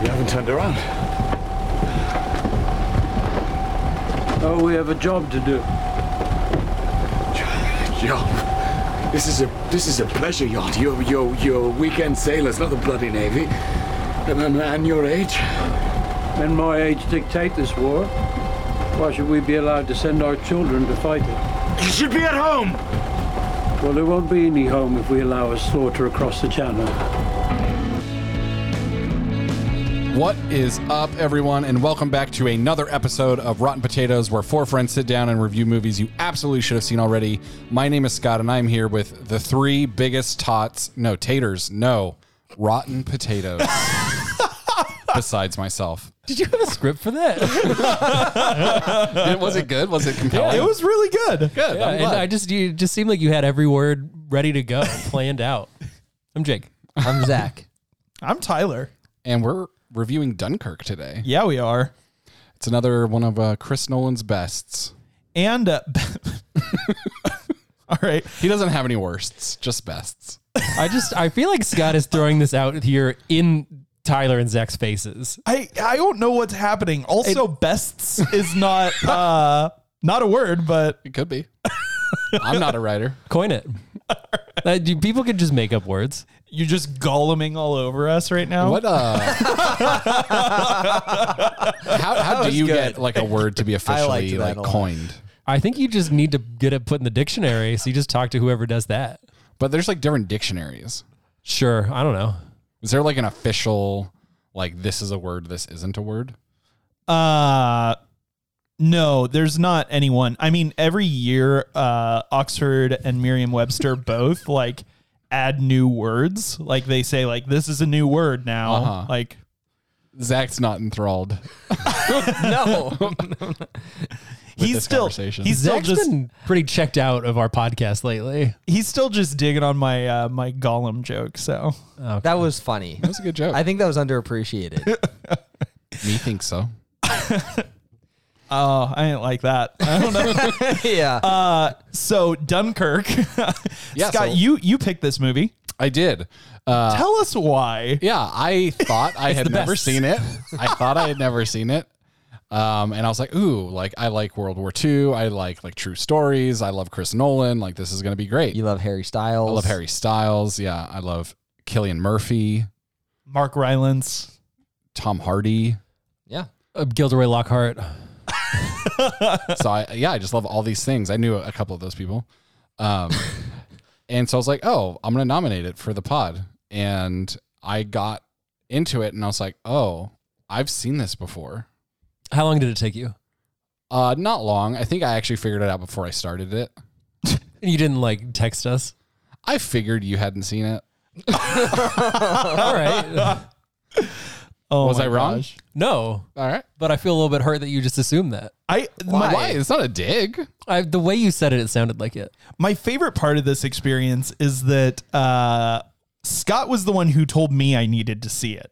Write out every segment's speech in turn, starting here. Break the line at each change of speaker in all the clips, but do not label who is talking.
You haven't turned around.
Oh, we have a job to do.
Yo, this is a this is a pleasure yacht. You're you're you're weekend sailors, not the bloody navy. And and, and your age.
Men my age dictate this war. Why should we be allowed to send our children to fight it?
You should be at home.
Well, there won't be any home if we allow a slaughter across the channel.
What is up, everyone, and welcome back to another episode of Rotten Potatoes, where four friends sit down and review movies you absolutely should have seen already. My name is Scott, and I'm here with the three biggest tots, no, taters, no, rotten potatoes, besides myself.
Did you have a script for that?
Was it good? Was it compelling?
It was really good.
good.
Yeah,
I'm
and
glad.
I just you it just seemed like you had every word ready to go, planned out. I'm Jake.
I'm Zach.
I'm Tyler.
and we're reviewing Dunkirk today.
Yeah, we are.
It's another one of uh, Chris Nolan's bests.
And uh, all right,
He doesn't have any worsts, just bests.
I just I feel like Scott is throwing this out here in Tyler and Zach's faces.
I I don't know what's happening. Also, bests is not uh not a word, but
It could be. I'm not a writer.
Coin it. Uh, do- people can just make up words.
you're just golluming all over us right
Oh.
now.
What uh How how do you get like a word to be officially
that
like
a lot.
coined?
I think you just need to get it put in the dictionary. So you just talk to whoever does that.
But there's like different dictionaries.
Sure. I don't know.
Is there like an official like this is a word, this isn't a word?
Uh no, there's not anyone. I mean, every year, uh, Oxford and Merriam-Webster both like add new words. Like they say, like this is a new word now.
Uh-huh.
Like
Zach's not enthralled.
No.
this
he's still
conversation.
he's still
Zach's
just
been pretty checked out of our podcast lately.
he's still just digging on my uh, my Gollum joke. So
that was funny.
That was a good joke.
I think that was underappreciated.
Me think so.
oh, I didn't like that. I don't know.
yeah.
uh, so Dunkirk,
Yeah,
Scott,
so-
you you picked this movie.
I did. Uh
Tell us why.
Yeah, I thought I had
the
never
best.
seen it. I thought I had never seen it. Um, and I was like, ooh, like I like World War II. I like like true stories. I love Chris Nolan. Like this is gonna be great.
you love Harry Styles.
I love Harry Styles. Yeah, I love Killian Murphy,
Mark Rylance.
Tom Hardy.
Yeah.
Uh, Gilderoy Lockhart.
So I yeah, I just love all these things. I knew a couple of those people. Um, and so I was like, oh, I'm gonna nominate it for the pod. And I got into it, and I was like, oh, I've seen this before.
How long did it take you?
Uh, not long. I think I actually figured it out before I started it.
You didn't like text us.
I figured you hadn't seen it.
All right.
Oh,
Was
my
I wrong?
gosh.
No,
All right.
but I feel a little bit hurt that you just assumed that.
I
Why?
my,
It's not a dig.
I, the way you said it, it sounded like it.
my favorite part of this experience is that uh, Scott was the one who told me I needed to see it.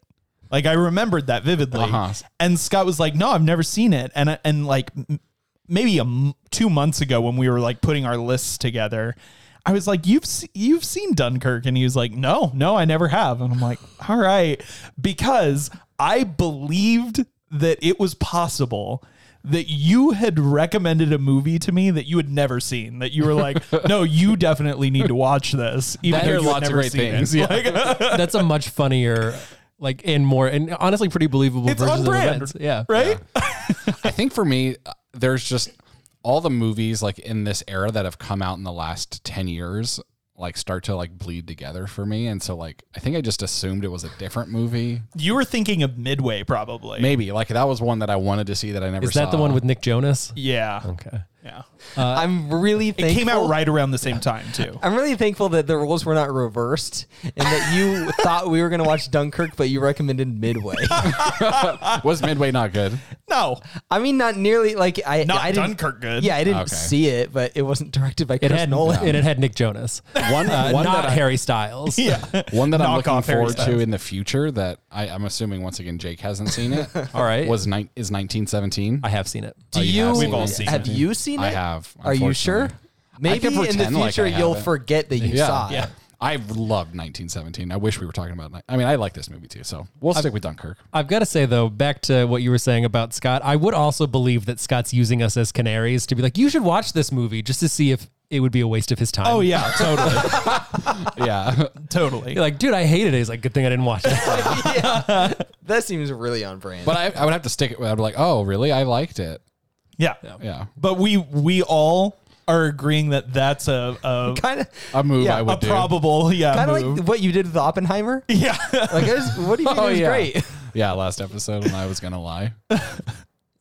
Like I remembered that vividly,
Uh-huh.
and Scott was like, "No, I've never seen it." And I- and like m- maybe a m- two months ago when we were like putting our lists together, I was like, "You've se- you've seen Dunkirk?" And he was like, "No, no, I never have." And I'm like, "All right," because I believed that it was possible that you had recommended a movie to me that you had never seen. That you were like, "No, you definitely need to watch this." Even
That
though
are
you had
lots of
never
great
seen it.
things, yeah.
Like-
That's a much funnier, like, and more, and honestly, pretty believable
It's
version
on
of
brand,
events. Yeah.
right?
I think for me, uh, there's just all the movies like in this era that have come out in the last 10 years like start to like bleed together for me and so like I think I just assumed it was a different movie.
You were thinking of Midway, probably.
Maybe like that was one that I wanted to see that I never
Is that the
saw.
one with Nick Jonas?
Yeah.
Okay.
Yeah.
Uh,
I'm really
It
thankful.
came out right around the same time too.
I'm really thankful that the roles were not reversed and that you thought we were going to watch Dunkirk, but you recommended Midway.
Was Midway not good?
No,
I mean, not nearly like I.
not
I didn't,
Dunkirk good.
Yeah, I didn't
Okay.
see it, but it wasn't directed by
It
Chris
had
Nolan.
and it had Nick Jonas,
One
uh,
one
not
that I-
Harry Styles.
Yeah.
one that I'm looking
Knockoff Harry
forward to
Styles.
in the future that I, I'm assuming once again Jake hasn't seen it.
All right.
was nine is 1917.
I have seen it. Oh,
Do
Oh, you have
you?
seen
We've all it. seen
have
it.
you seen it?
I have.
Are you
unfortunately.
sure?
I
Maybe
can
in the
pretend like I
future you'll
haven't.
forget that you
yeah.
saw it.
Yeah.
I loved 1917. I wish we were talking about. ni- I mean, I like this movie too, so we'll stick with Dunkirk.
I've got to say though, back to what you were saying about Scott, I would also believe that Scott's using us as canaries to be like, you should watch this movie just to see if it would be a waste of his time.
Oh yeah, totally,
Yeah,
totally.
You're like, dude, I hated it. He's like, good thing I didn't watch it.
That seems really on brand.
but I, I would have to stick it. I'd be like, oh, really? I liked it.
yeah.
Yeah,
but we we all are agreeing that that's a a,
kind of
a move
Yeah,
I
a
would do.
probable yeah
kind of
move.
like what you did with Oppenheimer.
yeah.
Like, it was, what do you mean? it was great.
yeah, last episode when I was gonna lie,
that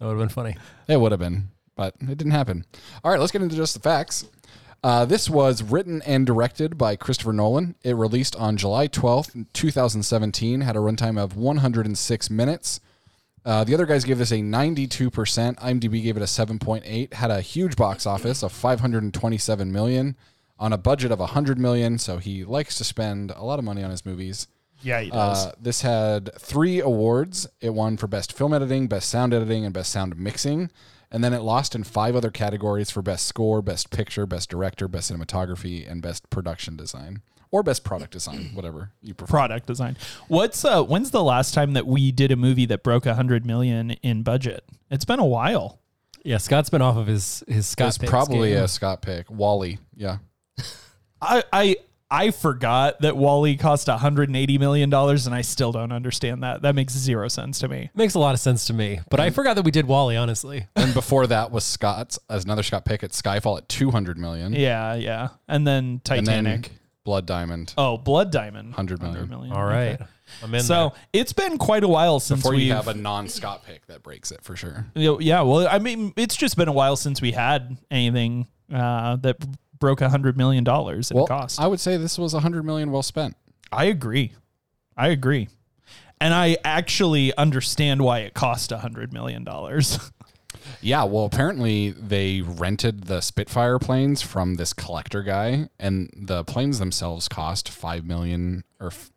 would have been funny.
it would have been, but it didn't happen. All right, let's get into just the facts. Uh, this was written and directed by Christopher Nolan. It released on July 12th, 2017, had a runtime of 106 minutes. Uh, the other guys gave this a 92%. IMDb gave it a 7.8. Had a huge box office of 527 million on a budget of 100 million. So he likes to spend a lot of money on his movies.
Yeah, he does.
Uh, this had three awards. It won for best film editing, best sound editing, and best sound mixing. And then it lost in five other categories for best score, best picture, best director, best cinematography, and best production design or best product design, whatever you prefer.
Product design. What's uh? When's the last time that we did a movie that broke a hundred million in budget? It's been a while.
Yeah, Scott's been off of his his Scott.
It's
picks
probably
game.
a Scott pick. Wally, yeah.
I I I forgot that Wally cost 180 million dollars, and I still don't understand that. That makes zero sense to me.
makes a lot of sense to me. But I forgot that we did Wally. Honestly,
And before that was Scott's as another Scott pick at Skyfall at 200 million.
Yeah, yeah. And then
and
Titanic.
then Blood Diamond.
oh, Blood Diamond.
100 million.
all right, I'm in.
So it's been quite a while since
Before
we
you have a non-Scott pick that breaks it for sure.
yeah. Well, I mean, it's just been a while since we had anything uh, that broke a hundred million dollars in
Well,
cost.
I would say this was 100 million well spent.
I agree. I agree. And I actually understand why it cost a hundred million dollars.
Yeah, well, apparently they rented the Spitfire planes from this collector guy, and the planes themselves cost five million or f-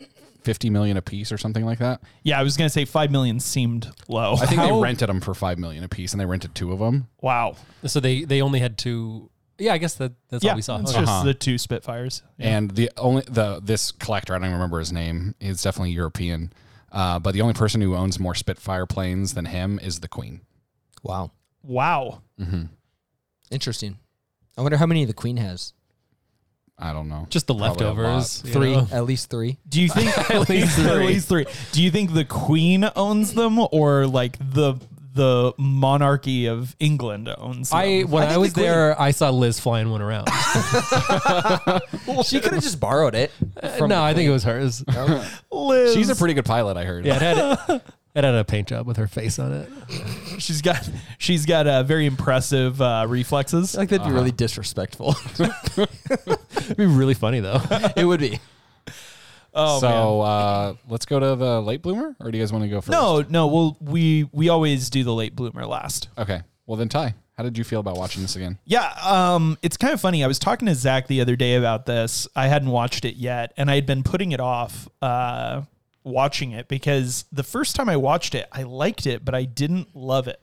fifty million a piece or something like that.
yeah, I was gonna say five million seemed low.
I think they rented them for five million a piece, and they rented two of them.
wow.
so they they only had two. Yeah, I guess that that's all we saw.
It's
Okay.
just the two Spitfires.
Uh-huh. And the only the this collector, I don't even remember his name. He's definitely European, uh, but the only person who owns more Spitfire planes than him is the Queen.
Wow,
Wow.
interesting. I wonder how many the Queen has.
I don't know.
Just the
Probably a
leftovers.
lot.
you
Three,
know?
at least three.
Do you think at least three? Do you think the Queen owns them, or like the the monarchy of England owns them?
I when
I think
I, was
the queen-
there, I saw Liz flying one around.
She could have just borrowed it.
no, I think it was hers.
Liz,
She's a pretty good pilot, I heard.
Yeah, it had it had a paint job with her face on it.
she's got she's got uh, very impressive uh, reflexes.
Like that'd be really disrespectful.
It'd be really funny though.
it would be.
Oh man.
so uh, let's go to the late bloomer, or do you guys want to go first?
no, no. Well, we we always do the late bloomer last.
Okay. Well, then, Ty, how did you feel about watching this again?
Yeah, um, it's kind of funny. I was talking to Zach the other day about this. I hadn't watched it yet, and I had been putting it off uh, watching it because the first time I watched it, I liked it, but I didn't love it.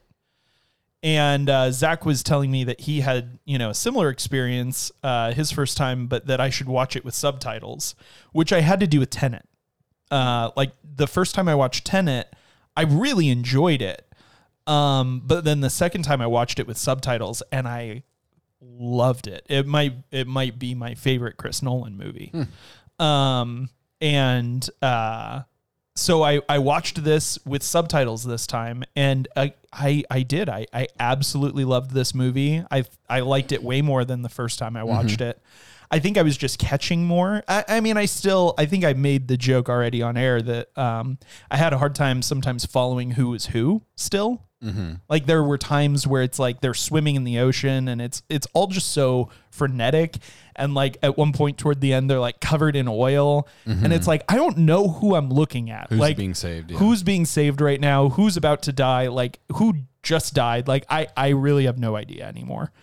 And uh, Zach was telling me that he had, you know, a similar experience uh, his first time, but that I should watch it with subtitles, which I had to do with Tenet. Uh, like the first time I watched Tenet, I really enjoyed it. Um, but then the second time I watched it with subtitles, and I loved it. It might it might be my favorite Chris Nolan movie. Um, and uh, so I I watched this with subtitles this time, and I I, I did I I absolutely loved this movie. I I liked it way more than the first time I watched it. I think I was just catching more. I, I mean, I still, I think I made the joke already on air that um, I had a hard time sometimes following who was who still.
Mm-hmm.
Like there were times where it's like they're swimming in the ocean and it's it's all just so frenetic and like at one point toward the end they're like covered in oil and it's like I don't know who I'm looking at.
Mm-hmm. Who's
like
being saved? Yeah.
who's being saved right now, who's about to die, like who just died. Like I I really have no idea anymore.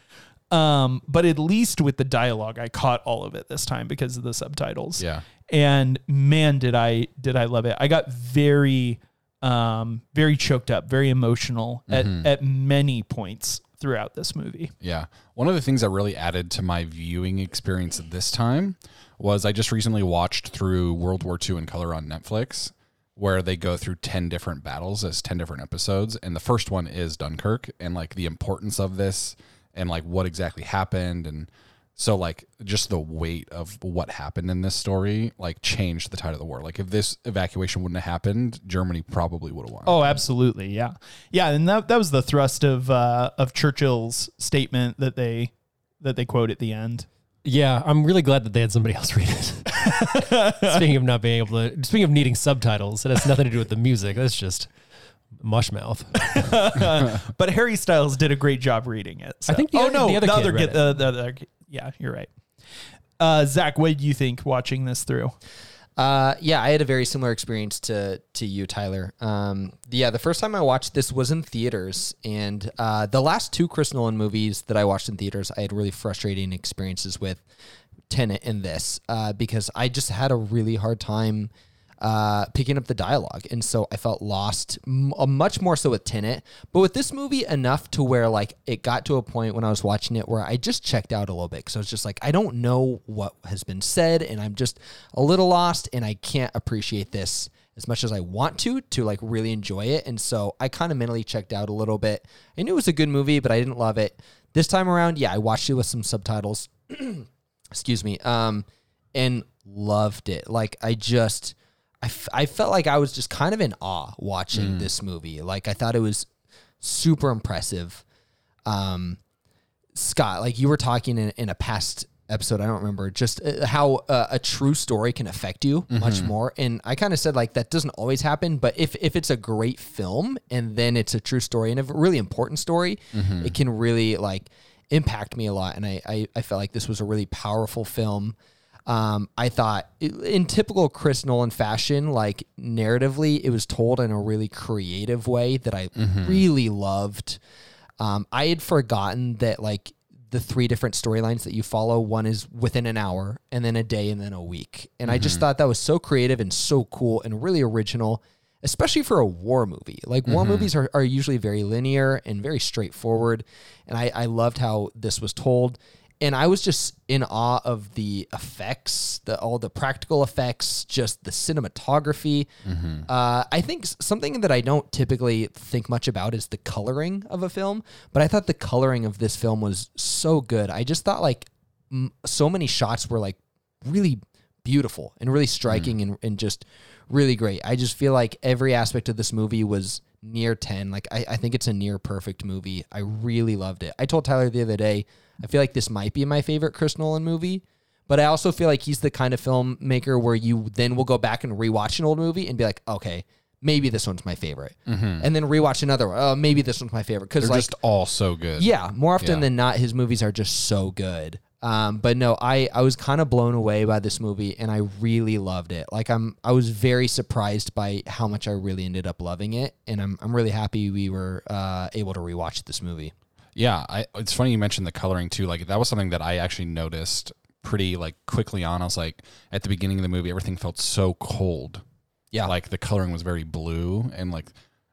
Um but at least with the dialogue I caught all of it this time because of the subtitles
Yeah.
and man did i did i love it i got very um very choked up very emotional
Mm-hmm.
at at many points throughout this movie
Yeah. One of the things that really added to my viewing experience this time was I just recently watched through World War II in color on Netflix, where they go through 10 different battles as 10 different episodes. And the first one is Dunkirk and like the importance of this and like what exactly happened. And so, like, just the weight of what happened in this story, like, changed the tide of the war. Like, if this evacuation wouldn't have happened, Germany probably would have won.
Oh, absolutely, yeah, yeah, and that that was the thrust of uh, of Churchill's statement that they that they quote at the end.
Yeah, I'm really glad that they had somebody else read it. speaking of not being able to, speaking of needing subtitles, it has nothing to do with the music. That's just mushmouth.
But Harry Styles did a great job reading it. so-
I think the
oh
other-
no,
the other kid read
kid- the, the other kid- yeah, you're right. Uh, Zach, what do you think watching this through?
Uh, yeah, I had a very similar experience to to you, Tyler. Um, yeah, the first time I watched this was in theaters, and uh, the last two Chris Nolan movies that I watched in theaters, I had really frustrating experiences with Tenet and this uh, because I just had a really hard time uh, picking up the dialogue, and so I felt lost, m- uh, much more so with Tenet, but with this movie enough to where like it got to a point when I was watching it where I just checked out a little bit because I was just like, I don't know what has been said, and I'm just a little lost, and I can't appreciate this as much as I want to to like really enjoy it, and so I kind of mentally checked out a little bit. I knew it was a good movie, but I didn't love it. This time around, yeah, I watched it with some subtitles excuse me um and loved it like i just I, f- I felt like i was just kind of in awe watching this movie like i thought it was super impressive um scott like you were talking in, in a past episode i don't remember just uh, how uh, a true story can affect you much more and i kind of said like that doesn't always happen but if if it's a great film and then it's a true story and a really important story it can really like impact me a lot and I, I i felt like this was a really powerful film um, I thought, in typical Chris Nolan fashion, like narratively, it was told in a really creative way that I really loved. Um, I had forgotten that like the three different storylines that you follow one is within an hour, and then a day, and then a week. And I just thought that was so creative and so cool and really original, especially for a war movie. Like war movies are, are usually very linear and very straightforward. And I, I loved how this was told and I was just in awe of the effects, the all the practical effects, just the cinematography. Uh, I think s- something that I don't typically think much about is the coloring of a film, but I thought the coloring of this film was so good. I just thought like m- so many shots were like really beautiful and really striking and, and just really great. I just feel like every aspect of this movie was near 10. Like, I, I think it's a near perfect movie. I really loved it. I told Tyler the other day, I feel like this might be my favorite Chris Nolan movie, but I also feel like he's the kind of filmmaker where you then will go back and rewatch an old movie and be like, okay. Maybe this one's my favorite, and then rewatch another one. Oh, maybe this one's my favorite because
They're
like
just all so good.
yeah, more often
Yeah.
than not, his movies are just so good. Um, but no, I, I was kind of blown away by this movie, and I really loved it. Like I'm, I was very surprised by how much I really ended up loving it, and I'm, I'm really happy we were uh, able to rewatch this movie.
Yeah, I, it's funny you mentioned the coloring too. Like that was something that I actually noticed pretty like quickly on. I was like, at the beginning of the movie, everything felt so cold.
Yeah.
like the coloring was very blue and like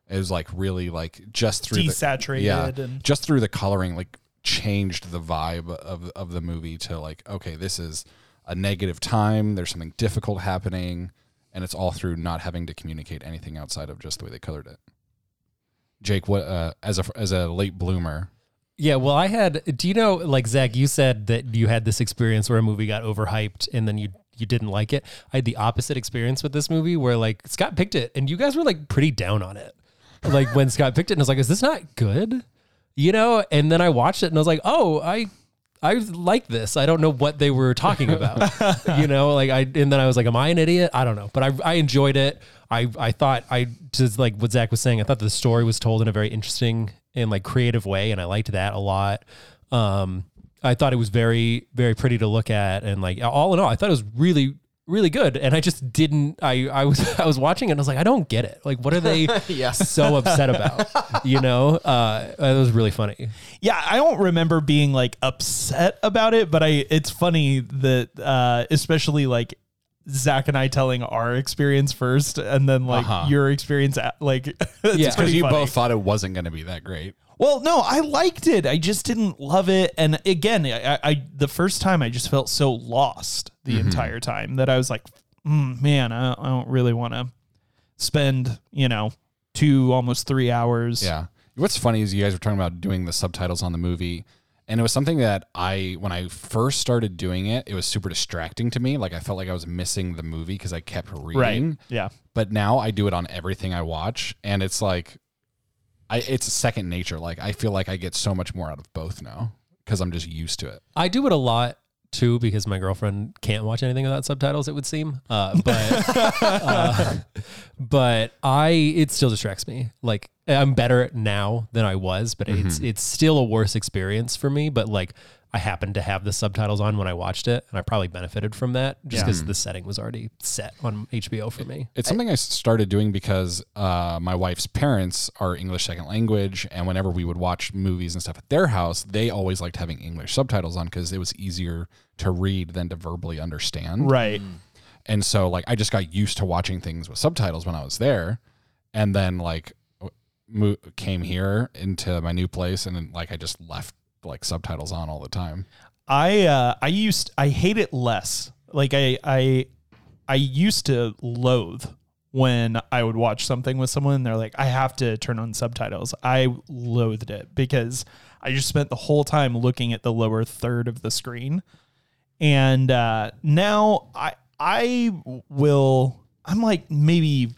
it was like really like just through the,
Desaturated
yeah,
and-
just through the coloring like changed the vibe of of the movie to like okay, this is a negative time. There's something difficult happening, and it's all through not having to communicate anything outside of just the way they colored it. Jake, what uh, as a as a late bloomer,
Yeah, well, I had. Do you know, like Zach, you said that you had this experience where a movie got overhyped and then you you didn't like it. I had the opposite experience with this movie where like Scott picked it and you guys were like pretty down on it. Like when Scott picked it, and I was like, "Is this not good?" You know. And then I watched it and I was like, "Oh, I." I like this. I don't know what they were talking about. you know, like I and then I was like, Am I an idiot? I don't know. But I I enjoyed it. I I thought I just like what Zach was saying, I thought the story was told in a very interesting and like creative way, and I liked that a lot. Um I thought it was very, very pretty to look at and like all in all, I thought it was really really good and i just didn't i i was i was watching it and i was like i don't get it like what are they so upset about you know uh it was really funny
Yeah, I don't remember being like upset about it, but I it's funny that uh especially like Zach and I telling our experience first and then like
Uh-huh.
your experience at, like it's
Yeah.
pretty
because you
funny.
both thought it wasn't going to be that great.
Well, no, I liked it. I just didn't love it. And again, I, I the first time I just felt so lost. the
Mm-hmm.
entire time that I was like, mm, man, I, I don't really want to spend, you know, two, almost three hours.
Yeah. What's funny is you guys were talking about doing the subtitles on the movie, and it was something that I, when I first started doing it, it was super distracting to me. Like I felt like I was missing the movie because I kept reading.
Right. Yeah.
But now I do it on everything I watch, and it's like, I it's second nature. Like I feel like I get so much more out of both now because I'm just used to it.
I do it a lot too because my girlfriend can't watch anything without subtitles. It would seem, uh, but uh, but I it still distracts me. Like I'm better at now than I was, but it's it's still a worse experience for me. But like I happened to have the subtitles on when I watched it, and I probably benefited from that just because the setting was already set on HBO for me.
It's something I started doing because uh, my wife's parents are English second language, and whenever we would watch movies and stuff at their house, they always liked having English subtitles on because it was easier to read than to verbally understand.
Right.
And so, like, I just got used to watching things with subtitles when I was there, and then like w- mo- came here into my new place, and then, like I just left like subtitles on all the time.
I uh, I used I hate it less. Like I I I used to loathe when I would watch something with someone and they're like, I have to turn on subtitles. I loathed it because I just spent the whole time looking at the lower third of the screen. And uh, now I I will I'm like maybe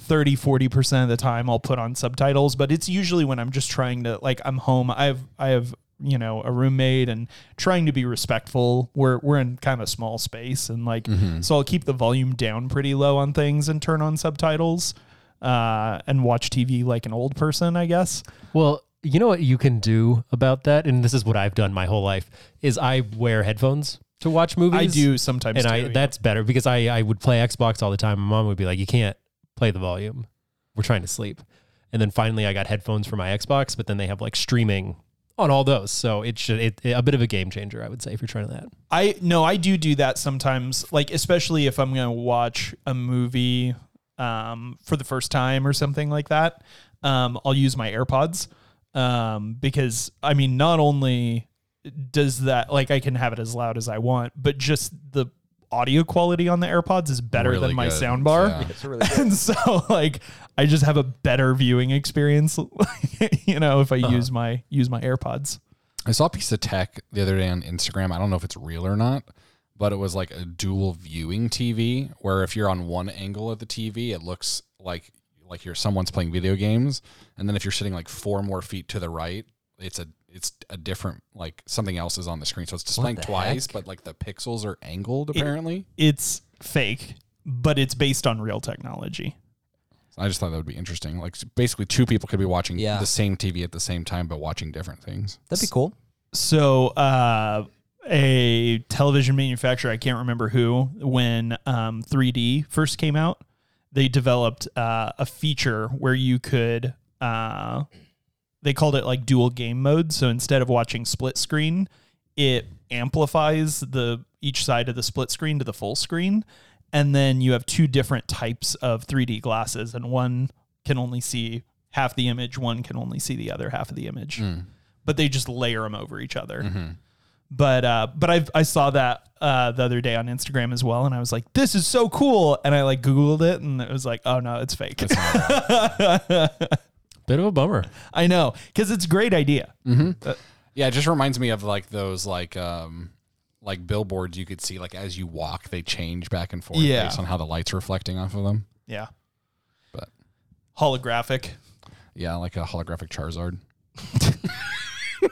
30 40% of the time I'll put on subtitles but it's usually when I'm just trying to like I'm home I've I have you know a roommate and trying to be respectful we're we're in kind of a small space and like
Mm-hmm.
so I'll keep the volume down pretty low on things and turn on subtitles uh and watch TV like an old person I guess
Well, you know what you can do about that, and this is what I've done my whole life is I wear headphones to watch movies.
I do sometimes
and
too,
I
yeah.
that's better because I I would play Xbox all the time. My mom would be like, "You can't play the volume. We're trying to sleep." And then finally, I got headphones for my Xbox, but then they have like streaming on all those, so it should it, it- a bit of a game changer, I would say, if you're trying that.
I no, I do do that sometimes. Like especially if I'm going to watch a movie um, for the first time or something like that, um, I'll use my AirPods um, because I mean, not only does that like I can have it as loud as I want, but just the audio quality on the AirPods is better
Really
than my
good.
sound bar.
Yeah.
It's a really
And so like I just have a better viewing experience, you know, if I
Uh-huh.
use my use my AirPods.
I saw a piece of tech the other day on Instagram. I don't know if it's real or not, but it was like a dual viewing TV where if you're on one angle of the TV, it looks like like you're someone's playing video games, and then if you're sitting like four more feet to the right, it's a it's a different like something else is on the screen. So it's displaying
the
twice,
heck?
but like the pixels are angled apparently.
It's fake, but it's based on real technology.
I just thought that would be interesting. Like basically two people could be watching
Yeah.
the same TV at the same time but watching different things.
That'd be cool.
So, uh, a television manufacturer, I can't remember who, when um, 3D first came out, they developed uh, a feature where you could, uh, they called it like dual game mode. So instead of watching split screen, it amplifies the each side of the split screen to the full screen. And then you have two different types of 3D glasses, and one can only see half the image, one can only see the other half of the image but they just layer them over each other. But uh, but I I saw that uh, the other day on Instagram as well, and I was like, this is so cool, and I like googled it, and it was like, oh no, it's fake.
Bit of a bummer.
I know because it's a great idea.
Yeah, it just reminds me of like those like um like billboards you could see like as you walk they change back and forth
Yeah.
based on how the lights reflecting off of them.
Yeah,
But
holographic.
yeah, like a holographic Charizard.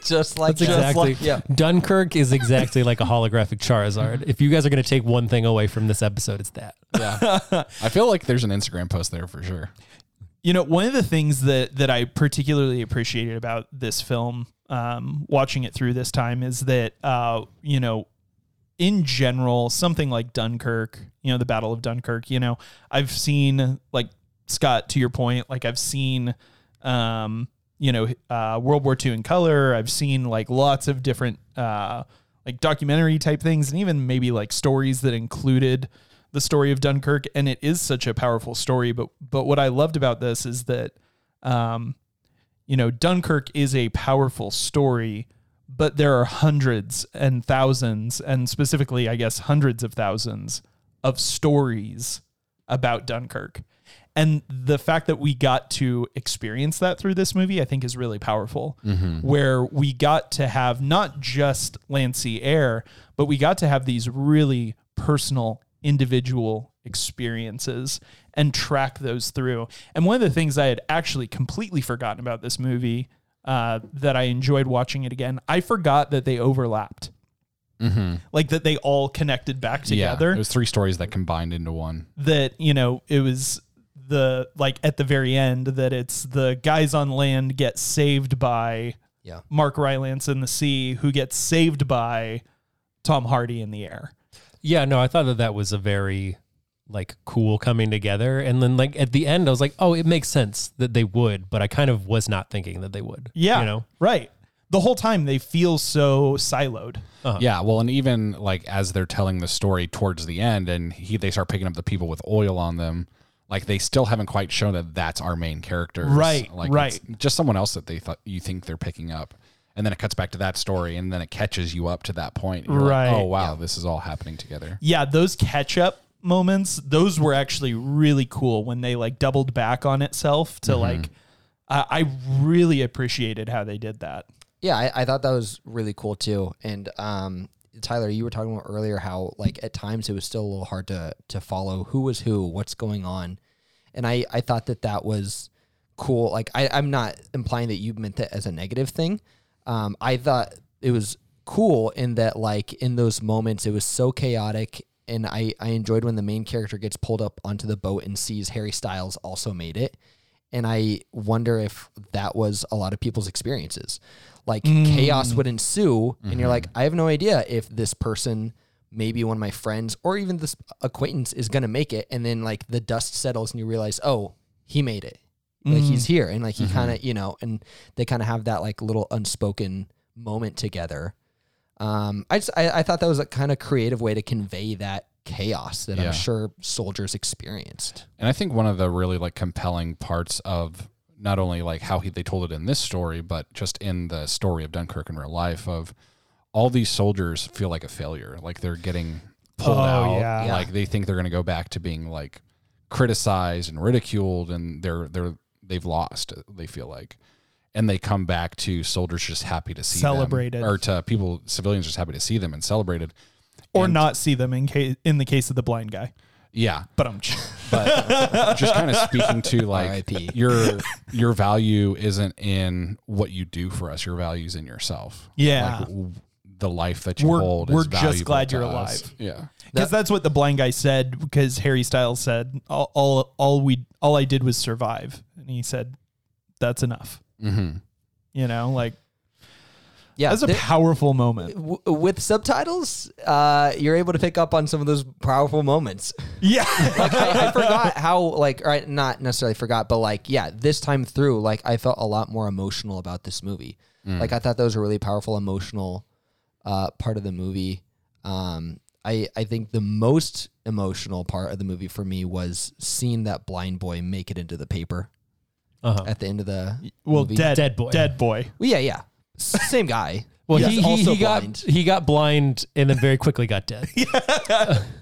Just like uh,
That's exactly.
yeah.
Dunkirk is exactly like a holographic Charizard. If you guys are going to take one thing away from this episode, it's that.
Yeah. I feel like there's an Instagram post there for sure.
You know, one of the things that that I particularly appreciated about this film, um, watching it through this time, is that uh, you know, in general, something like Dunkirk, you know, the Battle of Dunkirk, you know, I've seen like Scott, to your point, like I've seen, um, you know, uh, World War II in color. I've seen like lots of different uh, like documentary type things, and even maybe like stories that included the story of Dunkirk. And it is such a powerful story. But but what I loved about this is that um, you know, Dunkirk is a powerful story, but there are hundreds and thousands, and specifically, I guess, hundreds of thousands of stories about Dunkirk. And the fact that we got to experience that through this movie, I think, is really powerful.
Mm-hmm.
Where we got to have not just Lancey Air, but we got to have these really personal, individual experiences and track those through. And one of the things I had actually completely forgotten about this movie uh, that I enjoyed watching it again, I forgot that they overlapped. Like that they all connected back together
Yeah, it was three stories that combined into one.
that you know it was the like at the very end that it's the guys on land get saved by
Yeah.
Mark Rylance in the sea who gets saved by Tom Hardy in the air.
Yeah, no, I thought that that was a very like cool coming together, and then like at the end, I was like, oh, it makes sense that they would, but I kind of was not thinking that they would.
Yeah,
you know,
right. The whole time they feel so siloed.
Yeah, well, and even like as they're telling the story towards the end, and he they start picking up the people with oil on them, like they still haven't quite shown that that's our main character,
Right,
Like
right.
it's just someone else that they thought you think they're picking up, and then it cuts back to that story, and then it catches you up to that point, and you're like,
Right,
oh wow, this is all happening together.
Yeah, those catch up moments, those were actually really cool when they like doubled back on itself to like. I I really appreciated how they did that.
Yeah, I, I thought that was really cool too. And um, Tyler, you were talking about earlier how like at times it was still a little hard to to follow who was who, what's going on, and I I thought that that was cool. Like I I'm not implying that you meant that as a negative thing. Um, I thought it was cool in that like in those moments it was so chaotic. And I, I enjoyed when the main character gets pulled up onto the boat and sees Harry Styles also made it and I wonder if that was a lot of people's experiences. Like chaos would ensue, and you're like, I have no idea if this person, maybe one of my friends, or even this acquaintance is gonna make it. And then like the dust settles, and you realize, oh, he made it. Like he's here, and like he kind of, you know, and they kind of have that like little unspoken moment together. Um, I just I, I thought that was a kind of creative way to convey that chaos that
Yeah.
I'm sure soldiers experienced.
And I think one of the really like compelling parts of not only like how he, they told it in this story, but just in the story of Dunkirk in real life of all these soldiers feel like a failure. Like they're getting pulled
Oh,
out.
yeah.
Like they think they're going to go back to being like criticized and ridiculed and they're, they're, they've lost, they feel like. And they come back to soldiers just happy to see them.
Celebrated.
or to people, civilians just happy to see them and celebrated.
Or
And-
not see them in case in the case of the blind guy.
Yeah.
But I'm
but just kind of speaking to like
R.I.P..
your your value isn't in what you do for us. Your value's in yourself.
Yeah.
like, w- the life that you
We're-
hold.
we're
is
just
valuable
glad
to
you're
us.
alive.
Yeah,
because that's what the blind guy said. Because Harry Styles said, all, "All, all we, all I did was survive," and he said, "That's enough."
Mhm.
You know, like
Yeah,
that's a
there-
powerful moment.
w- with subtitles, uh, you're able to pick up on some of those powerful moments.
Yeah,
Like, I, I forgot how, like, or I not necessarily forgot, but like, yeah, this time through, like, I felt a lot more emotional about this movie.
Mm.
Like, I thought that was a really powerful emotional uh, part of the movie. Um, I I think the most emotional part of the movie for me was seeing that blind boy make it into the paper
Uh-huh.
at the end of the
well,
movie.
dead,
Dead boy.
dead boy.
Well, yeah, yeah, same guy.
Well,
Yes.
he, he,
Also
he got
blind.
he got blind and then very quickly got dead.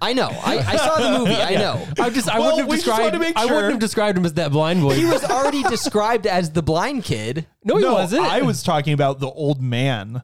I know. I, I saw the movie. I know.
I just I
Well,
wouldn't have
we just wanted
described
to make
I
sure.
wouldn't have described him as that blind boy.
He was already described as the blind kid.
no, he wasn't.
I was talking about the old man.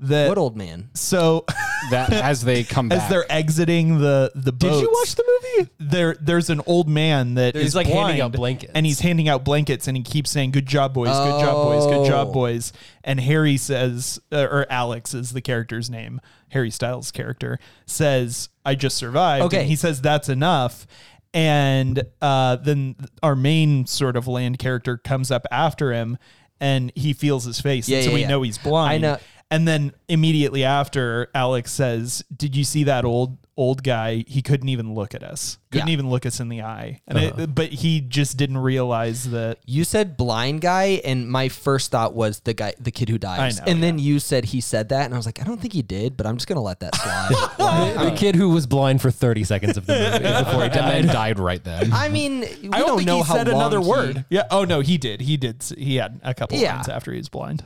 That
What old man?
so
that as they come
as
back,
they're exiting the the boat.
Did you watch the movie?
There, there's an old man that
He's
is
like
blind,
handing out blankets.
and he's handing out blankets, and he keeps saying, "Good job, boys! Good job, boys! Good job,
Oh.
boys!" And Harry says, uh, or Alex is the character's name, Harry Styles' character says, "I just survived."
Okay.
and he says, "That's enough." And uh, then our main sort of land character comes up after him, and he feels his face,
Yeah,
and so
yeah,
we
yeah.
know he's blind.
I know.
And then immediately after, Alex says, "Did you see that old old guy? He couldn't even look at us. Couldn't
Yeah. Uh-huh.
even look us in the eye. And it- but he just didn't realize that.
You said blind guy, and my first thought was the guy, the kid who dies.
I know,
and then you said he said that, and I was like, I don't think he did, but I'm just gonna let that slide. Like,
the kid who was blind for 30 seconds of the movie before he
and then
died.
died right then.
I mean, we
I
don't,
think he
know how
said
long
another
he-
word. Yeah. Oh no, he did. He did. s- He had a couple
Yeah.
lines after he was blind.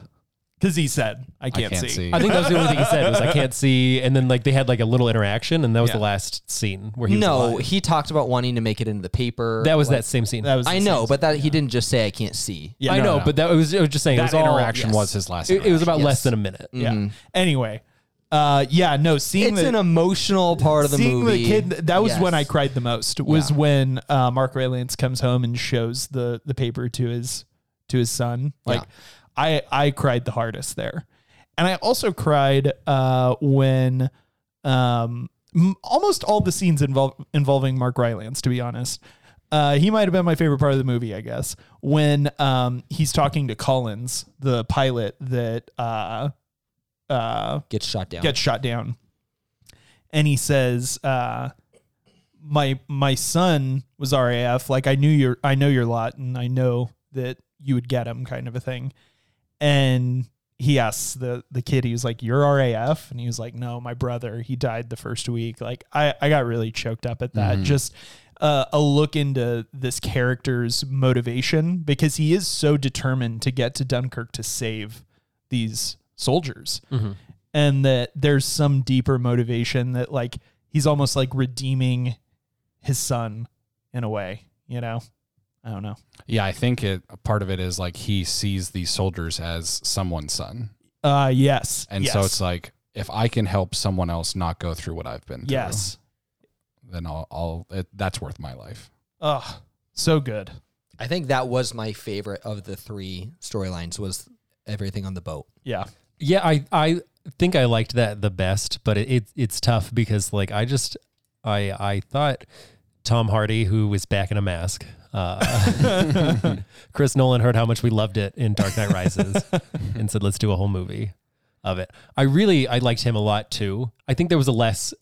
Because he said, I can't,
can't see.
I think that was the only thing he said was I can't see. And then like they had like a little interaction, and that was
Yeah.
the last scene where he was
No,
alive.
he talked about wanting to make it into the paper.
that was
like-
that same scene.
That was
I
the
know,
same-
but that he didn't just say I can't see.
Yeah,
I
no,
know,
no.
but that was, I was just saying
That
it was all
interaction
yes.
was his last.
It, it was about
Yes.
less than a minute.
Yeah. Anyway, uh, yeah, no, seeing
Mm-hmm. It's
the,
an emotional part of the
seeing
movie.
the kid that was when
Yes.
I cried the most was when uh, Mark Rylance comes home and shows the the paper to his to his son. Like I I cried the hardest there, and I also cried uh, when um m- almost all the scenes involve involving Mark Rylance. To be honest. Uh, he might have been my favorite part of the movie, I guess, when um, he's talking to Collins, the pilot that uh, uh,
gets shot down.
gets shot down. And he says, uh, my my son was RAF. Like I knew your I know your lot and I know that you would get him kind of a thing. And he asks the the kid, he was like, You're RAF? And he was like, No, my brother, he died the first week. Like I, I got really choked up at
Mm-hmm.
that. Just uh, a look into this character's motivation because he is so determined to get to Dunkirk to save these soldiers
Mm-hmm.
and that there's some deeper motivation that like he's almost like redeeming his son in a way, you know? I don't know.
Yeah, I think it. Part of it is like he sees these soldiers as someone's son,
Uh yes.
and
yes.
so it's like if I can help someone else not go through what I've been through,
Yes.
then I'll. I'll it, that's worth my life.
Ugh. So good.
I think that was my favorite of the three storylines was everything on the boat.
Yeah.
Yeah, I I think I liked that the best, but it, it it's tough because like I just I I thought Tom Hardy who was back in a mask. Uh, Chris Nolan heard how much we loved it in Dark Knight Rises and said let's do a whole movie of it. I really I liked him a lot too. I think there was a less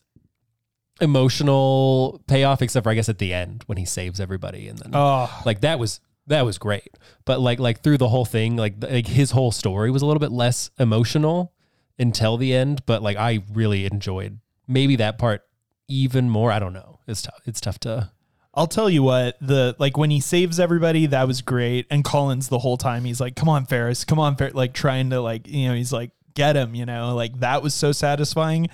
emotional payoff except for I guess at the end when he saves everybody and then
Oh.
like that was that was great but like like through the whole thing like like his whole story was a little bit less emotional until the end but like i really enjoyed maybe that part even more i don't know it's tough it's tough to
I'll tell you what, the like when he saves everybody, that was great. And Collins the whole time he's like, Come on, Ferris, come on, Ferris like trying to like, you know, he's like, get him, you know, like that was so satisfying.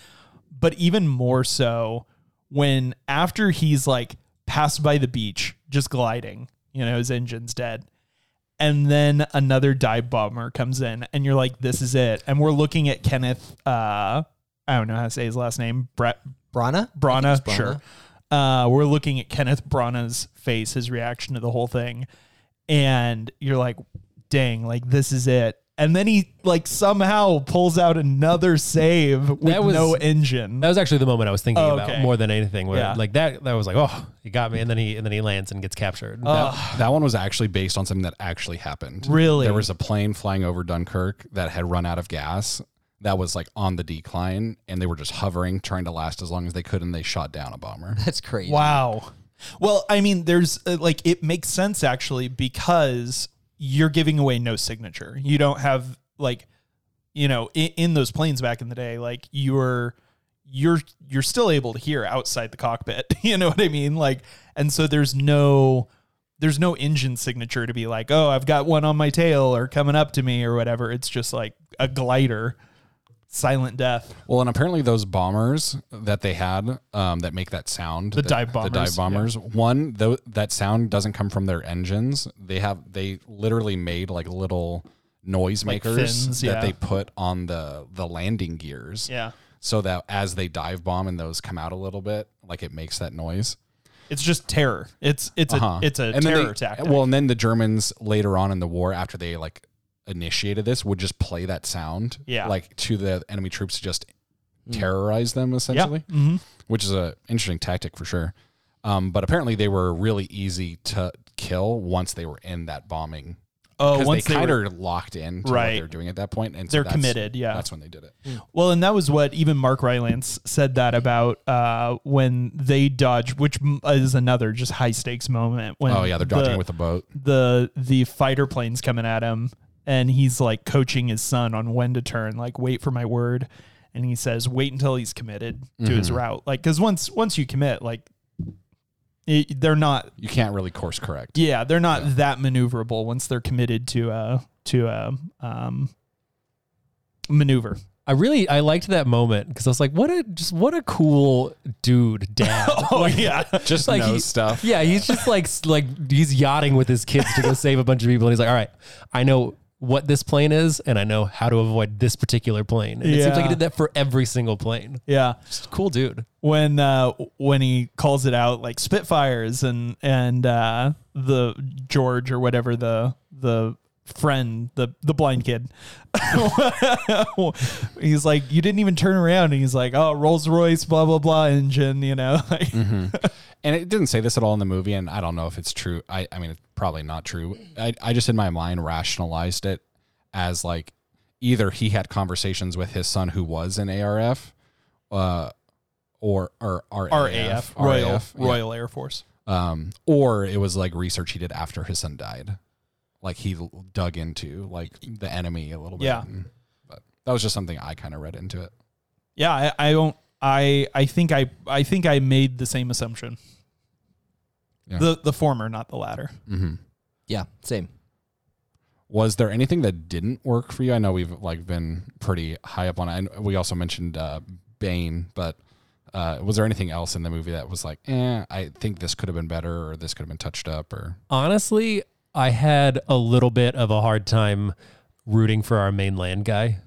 But even more so when after he's like passed by the beach, just gliding, you know, his engine's dead. And then another dive bomber comes in, and you're like, this is it. And we're looking at Kenneth, uh, I don't know how to say his last name, Brett
Brana?
Brana,
Brana.
sure. Uh, we're looking at Kenneth Brana's face, his reaction to the whole thing, and you're like, "Dang, like this is it." And then he like somehow pulls out another save with
That was-
no engine.
that was actually the moment i was thinking
Oh,
about
okay.
more than anything where
Yeah.
like that that was like oh he got me and then he and then he lands and gets captured
Oh,
That one was actually based on something that actually happened.
Really?
There was a plane flying over Dunkirk that had run out of gas that was like on the decline and they were just hovering, trying to last as long as they could, and they shot down a bomber.
That's crazy.
Wow. Well, I mean, there's uh, like it makes sense actually because you're giving away no signature. You don't have like, you know, in, in those planes back in the day, like you're you're you're still able to hear outside the cockpit. You know what I mean? Like, and so there's no there's no engine signature to be like, oh, I've got one on my tail or coming up to me or whatever. It's just like a glider, silent death.
Well, and apparently those bombers that they had um, that make that sound, the
dive
the dive
bombers,
bombers. One, though, that sound doesn't come from their engines. They have they literally made like little noise makers
fins,
that
yeah.
they put on the the landing gears,
Yeah,
so that as they dive bomb and those come out a little bit, like it makes that noise.
it's just terror. It's it's
Uh-huh.
a it's a
And then
terror
they-
tactic.
Well, and then the Germans later on in the war, after they like initiated this, would just play that sound,
Yeah.
like to the enemy troops, to just terrorize them essentially,
Mhm.
which is a interesting tactic for sure. Um, but apparently, they were really easy to kill once they were in that bombing.
Oh,
Because
once
they
they
kind
were-
of locked in to what
Right.
they're doing at that point, and so
They're
that's-
committed, yeah.
that's when they did it.
Well, and that was what even Mark Rylance said that about uh, when they dodge, which m- is another just high stakes moment. When
Oh yeah, they're dodging
the,
with a boat.
the the fighter planes coming at him, and he's like coaching his son on when to turn, like wait for my word, and he says wait until he's committed to
Mm-hmm.
his route, like because once once you commit, like it, they're not,
You can't really course correct.
yeah, they're not that maneuverable once they're committed to a to a um maneuver.
I really I liked that moment because I was like, what a just what a cool dude, dad.
Oh yeah,
Just
like
knows
he-
stuff.
Yeah, he's just like s- like he's yachting with his kids to go save a bunch of people. And he's like, all right, I know what this plane is, and I know how to avoid this particular plane. And it seems like
Yeah.
he did that for every single plane.
yeah.
Just cool dude.
When uh, when he calls it out like Spitfires and and uh, the George or whatever the the friend the the blind kid he's like you didn't even turn around and he's like oh rolls royce blah blah blah engine you know like
Mm-hmm. and it didn't say this at all in the movie and i don't know if it's true i, I mean it's probably not true I, I just in my mind rationalized it as like either he had conversations with his son who was an arf uh, or or RAF,
raf royal
RAF, yeah.
royal air force
um, or it was like research he did after his son died like he l- dug into like the enemy a little bit
Yeah.
And- but that was just something i kind of read into it
yeah I, I don't i i think i i think i made the same assumption
Yeah.
the the former not the latter
Yeah, same.
was there anything that didn't work for you i know we've like been pretty high up on it and we also mentioned uh bane but uh was there anything else in the movie that was like eh i think this could have been better or this could have been touched up or
Honestly, I had a little bit of a hard time rooting for our mainland guy.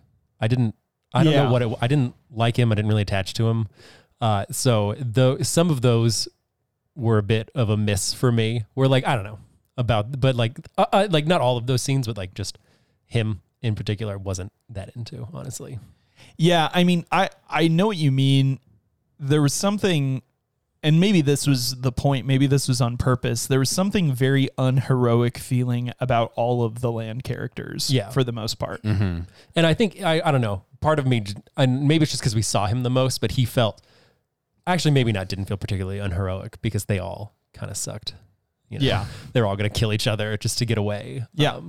I didn't. I don't
Yeah.
know what it. I didn't like him. I didn't really attach to him. Uh, so though some of those were a bit of a miss for me. Were like I don't know about, but like uh, uh, like not all of those scenes, but like just him in particular wasn't that into. Honestly,
Yeah, I mean, I I know what you mean. There was something, and maybe this was the point. Maybe this was on purpose. There was something very unheroic feeling about all of the land characters.
Yeah. Mm-hmm.
for the most part.
and I think I I don't know. Part of me, j- and maybe it's just because we saw him the most, but he felt actually maybe not didn't feel particularly unheroic because they all kind of sucked. You know?
Yeah.
they're all gonna kill each other just to get away. Um,
Yeah.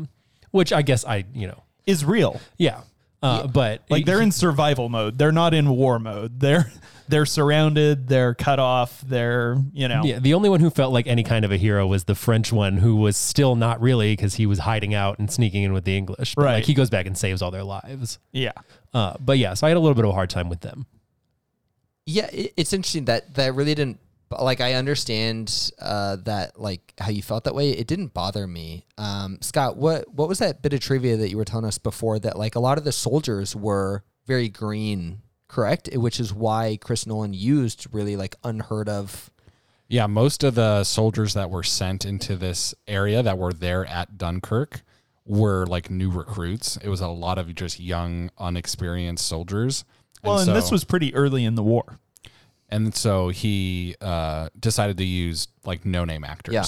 which I guess I you know
Is real.
yeah, uh, but
Like they're
in.
in survival mode. They're not in war mode. They're they're surrounded. They're cut off. They're you know.
Yeah, the only one who felt like any kind of a hero was the French one, who was still not really because he was hiding out and sneaking in with the English. But,
Right.
like he goes back and saves all their lives.
yeah.
Uh, but yeah, so I had a little bit of a hard time with them.
Yeah, it, it's interesting that that really didn't like I understand uh, that like how you felt that way. It didn't bother me. Um, Scott, what what was that bit of trivia that you were telling us before that like a lot of the soldiers were very green, correct? Which is why Chris Nolan used really like unheard of.
yeah most of the soldiers that were sent into this area that were there at dunkirk were like new recruits it was a lot of just young unexperienced soldiers
Well, and, this
so-
was pretty early in the war.
and so he uh decided to use like no name actors
Yeah.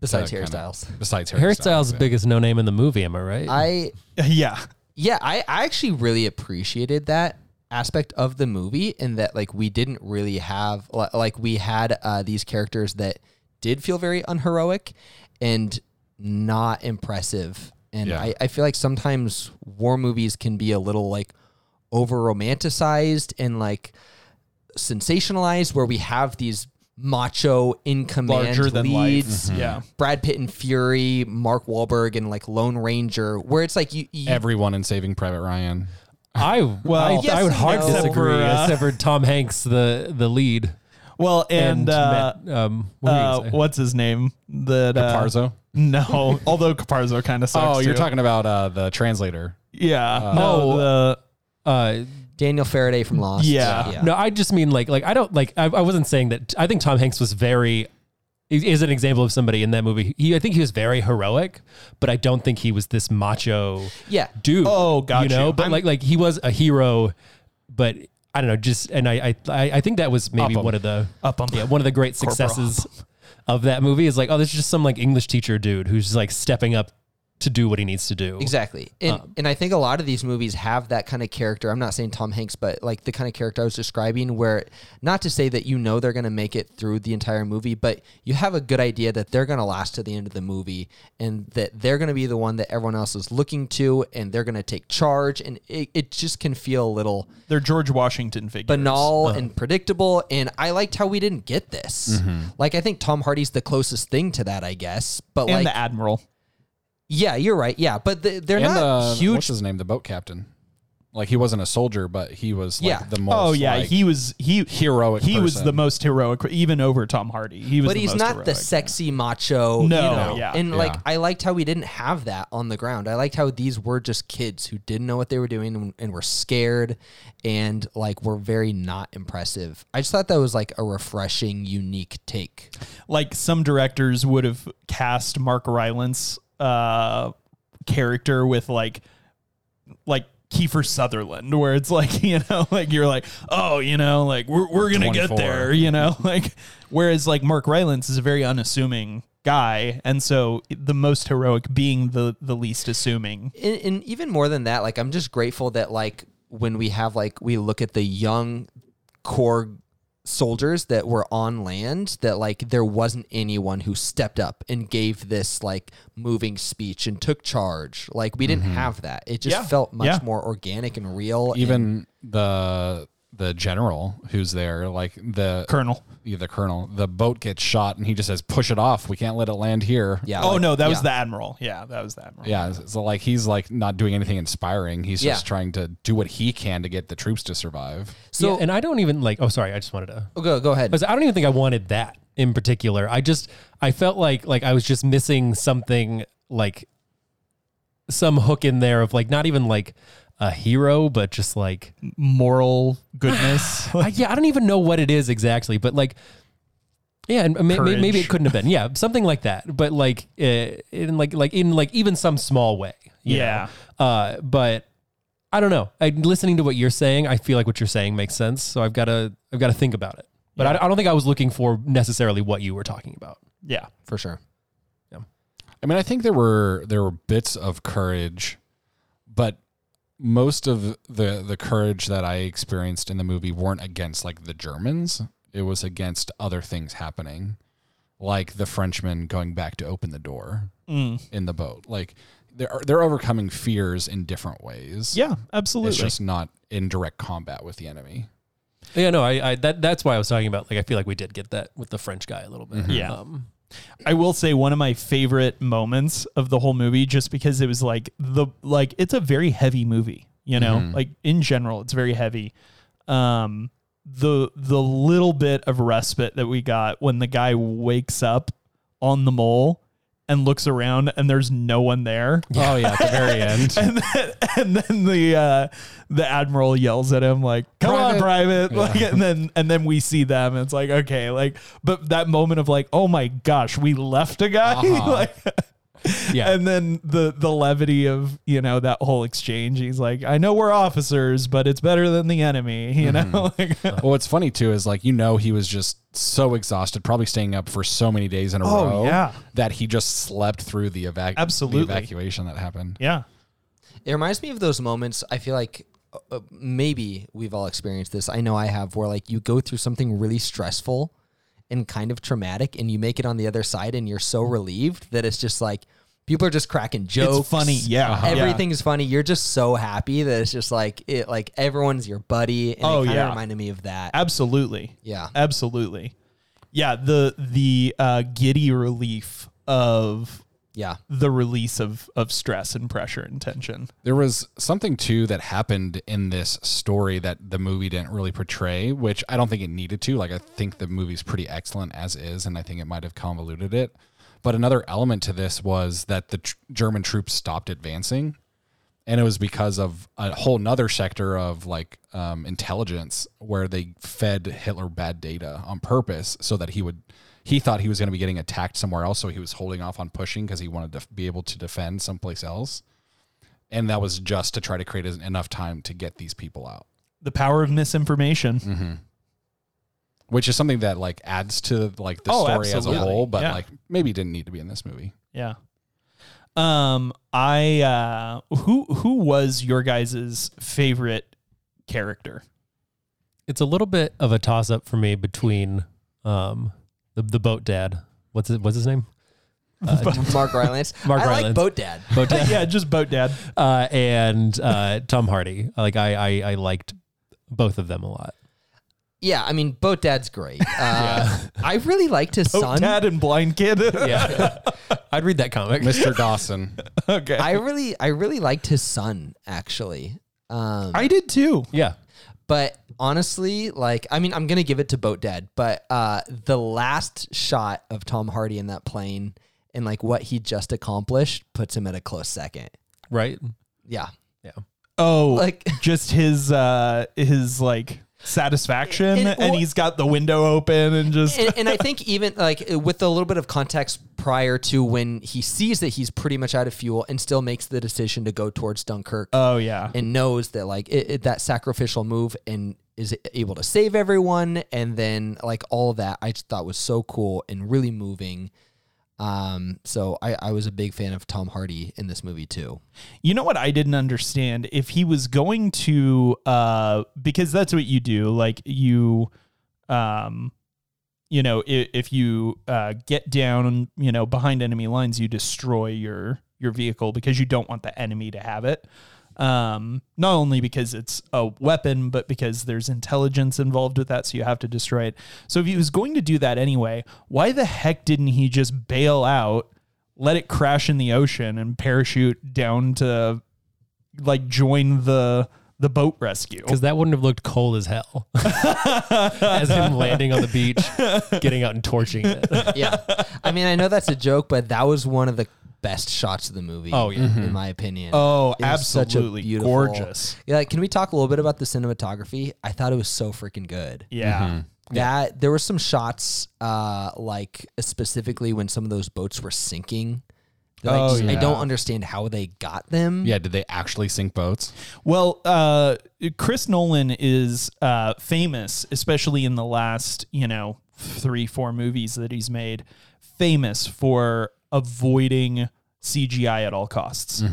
Besides
That
Harry
kinda-
Styles,
besides Harry,
Harry
Styles,
Styles
yeah.
the biggest no name in the movie, am I right?
I
Yeah.
yeah, I, I actually really appreciated that aspect of the movie in that like we didn't really have li- like we had uh, these characters that did feel very unheroic and not impressive. And
Yeah.
I, I feel like sometimes war movies can be a little like over romanticized and like sensationalized where we have these macho in command
Larger than life.
leads.
Yeah.
Brad Pitt and Fury, Mark Wahlberg and like Lone Ranger, where it's like you, you
everyone in Saving Private Ryan.
I well, I,
yes
I would
and
hard
no.
disagree,
Over, uh,
except for Tom Hanks, the the lead,
Well, and, uh,
Matt- um, what were you
uh,
gonna say?
what's his name? That uh,
Parzo.
No, although Caparzo kind of sucks.
Oh, you're
too.
talking about uh, the translator.
Yeah. no,
Oh.
the,
Uh,
Daniel Faraday from Lost.
Yeah.
No, I just mean like like I don't like I, I wasn't saying that. I think Tom Hanks was very is- is an example of somebody in that movie. He I think he was very heroic, but I don't think he was this macho
Yeah.
dude.
Oh, got
you know,
you.
but
I'm-
like like he was a hero, but I don't know. Just and I I I I think that was maybe
Up 'em.
one of the
Up 'em.
yeah one of the great successes of that movie is like oh there's just some like English teacher dude who's just like stepping up to do what he needs to do
Exactly. And
Um,
and I think a lot of these movies have that kind of character. I'm not saying Tom Hanks, but like the kind of character I was describing where not to say that you know they're going to make it through the entire movie, but you have a good idea that they're going to last to the end of the movie and that they're going to be the one that everyone else is looking to and they're going to take charge and it, it just can feel a little
they're George Washington figures.
banal
Uh-huh.
and predictable. And I liked how we didn't get this.
Mm-hmm.
Like I think Tom Hardy's the closest thing to that, I guess. But
and
like
the admiral.
Yeah, you're right. Yeah, but the, they're
And
not
the,
huge.
what's his name? The boat captain. Like he wasn't a soldier, but he was like
Yeah.
the most.
Oh yeah,
like-
he was he
heroic
He was
person.
the most heroic, even over Tom Hardy. He was,
but
the
he's
most
not the
heroic.
sexy
No,
macho. you know?
yeah,
and like
yeah.
I liked how we didn't have that on the ground. I liked how these were just kids who didn't know what they were doing and, and were scared, and like were very not impressive. I just thought that was like a refreshing, unique take.
Like some directors would have cast Mark Rylance uh, character with like like Kiefer Sutherland, where it's like you know, like you're like, oh, you know, like we're we're gonna get
24.
there, you know, like whereas like Mark Rylance is a very unassuming guy, and so the most heroic being the the least assuming.
and, and even more than that, like I'm just grateful that like when we have like we look at the young core soldiers that were on land that like there wasn't anyone who stepped up and gave this like moving speech and took charge like we didn't have that it just
Yeah.
felt much
Yeah.
more organic and real and-
even the the general who's there, like the
Colonel.
yeah, the colonel. The boat gets shot, and he just says, "Push it off. We can't let it land here."
yeah
Oh
like-
no, that
yeah.
was the admiral. Yeah, that was the admiral.
Yeah, so like he's like not doing anything inspiring. He's just
Yeah.
trying to do what he can to get the troops to survive.
so
Yeah, and I don't even like. Oh, sorry. I just wanted to.
Oh, go, go ahead
Because I don't even think I wanted that in particular. I just I felt like like I was just missing something like some hook in there of like not even like a hero, but just like
moral goodness.
I, yeah, I don't even know what it is exactly, but like. Yeah, and may, may- maybe
Courage.
it couldn't have been. Yeah, something like that. But like, uh, in like, like in like even some small way. you
Yeah.
know? Uh, but I don't know. I, listening to what you're saying, I feel like what you're saying makes sense. So I've got to, I've got to think about it. But I, I don't think I was looking for necessarily what you were talking about.
yeah.
for sure
I mean, I think there were there were bits of courage, but most of the the courage that I experienced in the movie weren't against like the Germans. It was against other things happening, like the Frenchman going back to open the door
Mm.
in the boat. Like they're they're overcoming fears in different ways.
Yeah,
it's
absolutely.
just not in direct combat with the enemy.
Yeah, no, I, I that that's why I was talking about. Like, I feel like we did get that with the French guy a little
Mm-hmm.
bit.
Yeah.
Um,
I will say one of my favorite moments of the whole movie just because it was like the like it's a very heavy movie, you know? Like in general, it's very heavy. Um the the little bit of respite that we got when the guy wakes up on the mole and looks around and there's no one there.
Oh yeah, at the very end.
and then, and then the uh, the admiral yells at him like, "Come on, private!" Like, and then and then we see them. And it's like, okay, like, but that moment of like, oh my gosh, we left a guy. like,
Yeah.
And then the the levity of you know that whole exchange. He's like, I know we're officers, but it's better than the enemy. You know, like,
Well, what's funny too is like you know he was just so exhausted, probably staying up for so many days in a
Oh,
row,
yeah.
that he just slept through the evac
Absolutely.
the evacuation that happened.
yeah,
It reminds me of those moments. I feel like uh, uh, maybe we've all experienced this. I know I have, where like you go through something really stressful and kind of traumatic, and you make it on the other side, and you're so
Mm-hmm.
relieved that it's just like people are just cracking jokes.
funny, yeah. Uh-huh.
everything's funny. You're just so happy that it's just like it, like everyone's your buddy. And
Oh,
it kind
yeah.
of reminded me of that.
absolutely.
yeah,
absolutely. Yeah, the the uh, giddy relief of
yeah.
the release of of stress and pressure and tension.
There was something too that happened in this story that the movie didn't really portray, which I don't think it needed to. Like I think the movie's pretty excellent as is, and I think it might have convoluted it. But another element to this was that the tr- German troops stopped advancing, and it was because of a whole nother sector of like um, intelligence where they fed Hitler bad data on purpose so that he would. He thought he was going to be getting attacked somewhere else, so he was holding off on pushing because he wanted to f- be able to defend someplace else and that was just to try to create enough time to get these people out
The power of misinformation.
which is something that like adds to like the
Oh,
story
absolutely.
as a whole but
Yeah.
like maybe didn't need to be in this movie
Yeah. Um I uh who who was your guys' favorite character?
it's a little bit of a toss up for me between um, the the boat dad. What's his, what's his name?
Mark Rylance.
Mark
I like
Rylance.
Boat Dad.
Boat dad.
yeah, just boat dad.
uh, and uh, Tom Hardy. Like I, I I liked both of them a lot.
Yeah, I mean Boat Dad's great. Uh, I really liked his
Boat
son.
dad and blind kid.
Yeah, I'd read that comic.
mr dawson
okay.
I really I really liked his son actually. Um,
I did too.
Yeah.
but honestly, like, I mean, I'm gonna give it to Boat Dad, but uh, the last shot of Tom Hardy in that plane and like what he just accomplished puts him at a close second.
Right.
Yeah,
Oh,
Like-
like just his uh his like satisfaction,
And-
and,
well-
he's got the window open and just
and, and I think even like with a little bit of context prior to when he sees that he's pretty much out of fuel and still makes the decision to go towards Dunkirk
oh yeah.
and knows that like it, it- that sacrificial move and is able to save everyone and then like all of that I just thought was so cool and really moving. Um, so I, I was a big fan of Tom Hardy in this movie too.
You know what I didn't understand if he was going to uh because that's what you do like you um you know if, if you uh get down you know behind enemy lines you destroy your your vehicle because you don't want the enemy to have it um not only because it's a weapon but because there's intelligence involved with that so you have to destroy it so if he was going to do that anyway why the heck didn't he just bail out let it crash in the ocean and parachute down to like join the the boat rescue
Because that wouldn't have looked cold as hell. as him landing on the beach, getting out and torching it.
Yeah. I mean, I know that's a joke, but that was one of the best shots of the movie.
Oh, yeah.
In my opinion.
Oh,
It was such a
absolutely
beautiful-
gorgeous.
Yeah, like, can we talk a little bit about the cinematography? I thought it was so freaking good.
yeah
That there were some shots, uh, like specifically when some of those boats were sinking. That I,
Oh,
just- I
yeah.
don't understand how they got them.
Yeah, did they actually sink boats?
Well, uh, Chris Nolan is uh, famous, especially in the last, you know, three, four movies that he's made, famous for avoiding CGI at all costs.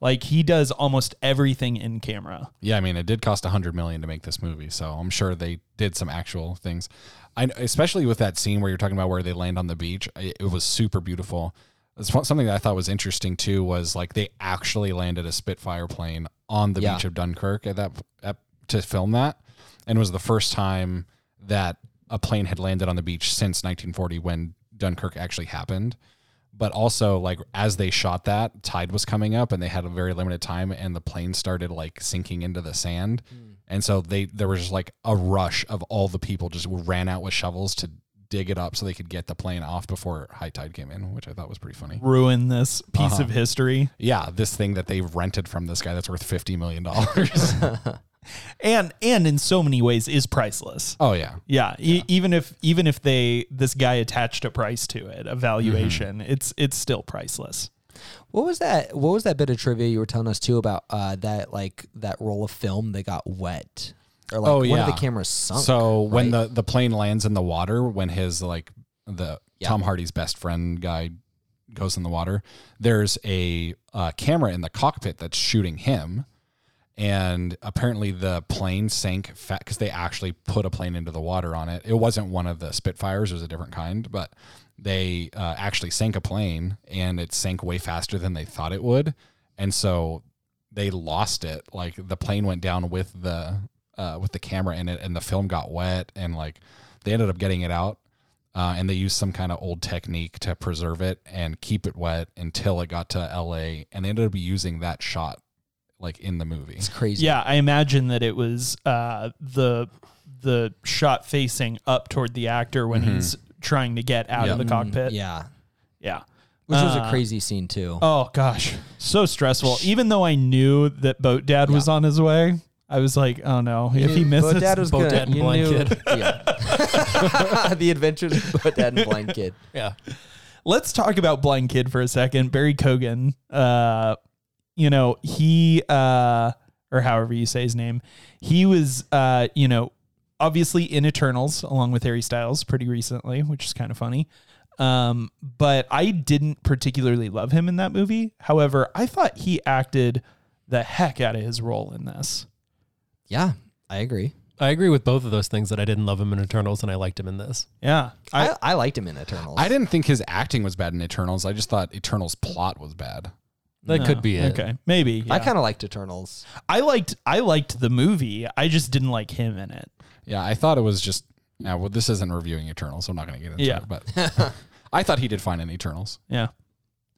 Like he does almost everything in camera.
Yeah, I mean, it did cost a hundred million to make this movie, so I'm sure they did some actual things. I especially with that scene where you're talking about where they land on the beach, it, it was super beautiful. It's one- Something that I thought was interesting too was like they actually landed a Spitfire plane on the
Yeah.
beach of Dunkirk at that at, to film that, and it was the first time that a plane had landed on the beach since 1940 when Dunkirk actually happened but also like as they shot that tide was coming up and they had a very limited time and the plane started like sinking into the sand and so they there was just like a rush of all the people just ran out with shovels to dig it up so they could get the plane off before high tide came in which i thought was pretty funny
Ruin this piece of history.
yeah this thing that they rented from this guy that's worth 50 million dollars
And and in so many ways is priceless.
oh yeah
Yeah, E- even if even if they this guy attached a price to it, a valuation, it's it's still priceless.
What was that? What was that bit of trivia you were telling us too about uh, that like that roll of film that got wet or like
Oh,
one of the
yeah.
cameras sunk?
So when
right?
the the plane lands in the water, when his like the
Yeah.
Tom Hardy's best friend guy goes in the water, there's a uh, camera in the cockpit that's shooting him, and apparently the plane sank fat because they actually put a plane into the water on it. It wasn't one of the Spitfires; it was a different kind, but they uh, actually sank a plane, and it sank way faster than they thought it would, and so they lost it. Like the plane went down with the uh, with the camera in it, and the film got wet, and like they ended up getting it out. Uh, and they used some kind of old technique to preserve it and keep it wet until it got to LA, and they ended up using that shot like in the movie.
it's crazy.
Yeah, I imagine that it was uh, the the shot facing up toward the actor when he's trying to get out of the
Yep.
cockpit.
Mm, yeah,
yeah.
which was a
Uh,
crazy scene too.
Oh gosh, so stressful. Even though I knew that Boat Dad was on his way, I was like, oh no, if he misses,
Bo Dad was
Bo
good.
Dad and
You
Blind
knew-
Kid.
Yeah. the Adventures of Bo Dad and Blind Kid.
Yeah.
let's talk about Blind Kid for a second. Barry Kogan, uh, you know, he, uh, or however you say his name, he was, uh, you know, obviously in Eternals along with Harry Styles pretty recently, which is kind of funny. Um, but I didn't particularly love him in that movie. However, I thought he acted the heck out of his role in this.
Yeah, I agree.
I agree with both of those things that I didn't love him in Eternals and I liked him in this.
Yeah. I,
I, I liked him in Eternals.
I didn't think his acting was bad in Eternals. I just thought Eternals plot was bad.
That could be it.
okay. Maybe.
I
yeah.
kind of liked Eternals.
I liked, I liked the movie. I just didn't like him in it.
Yeah, I thought it was just. Yeah, well, this isn't reviewing Eternals, so I'm not going to get into
Yeah.
it. But I thought he did fine in Eternals.
Yeah.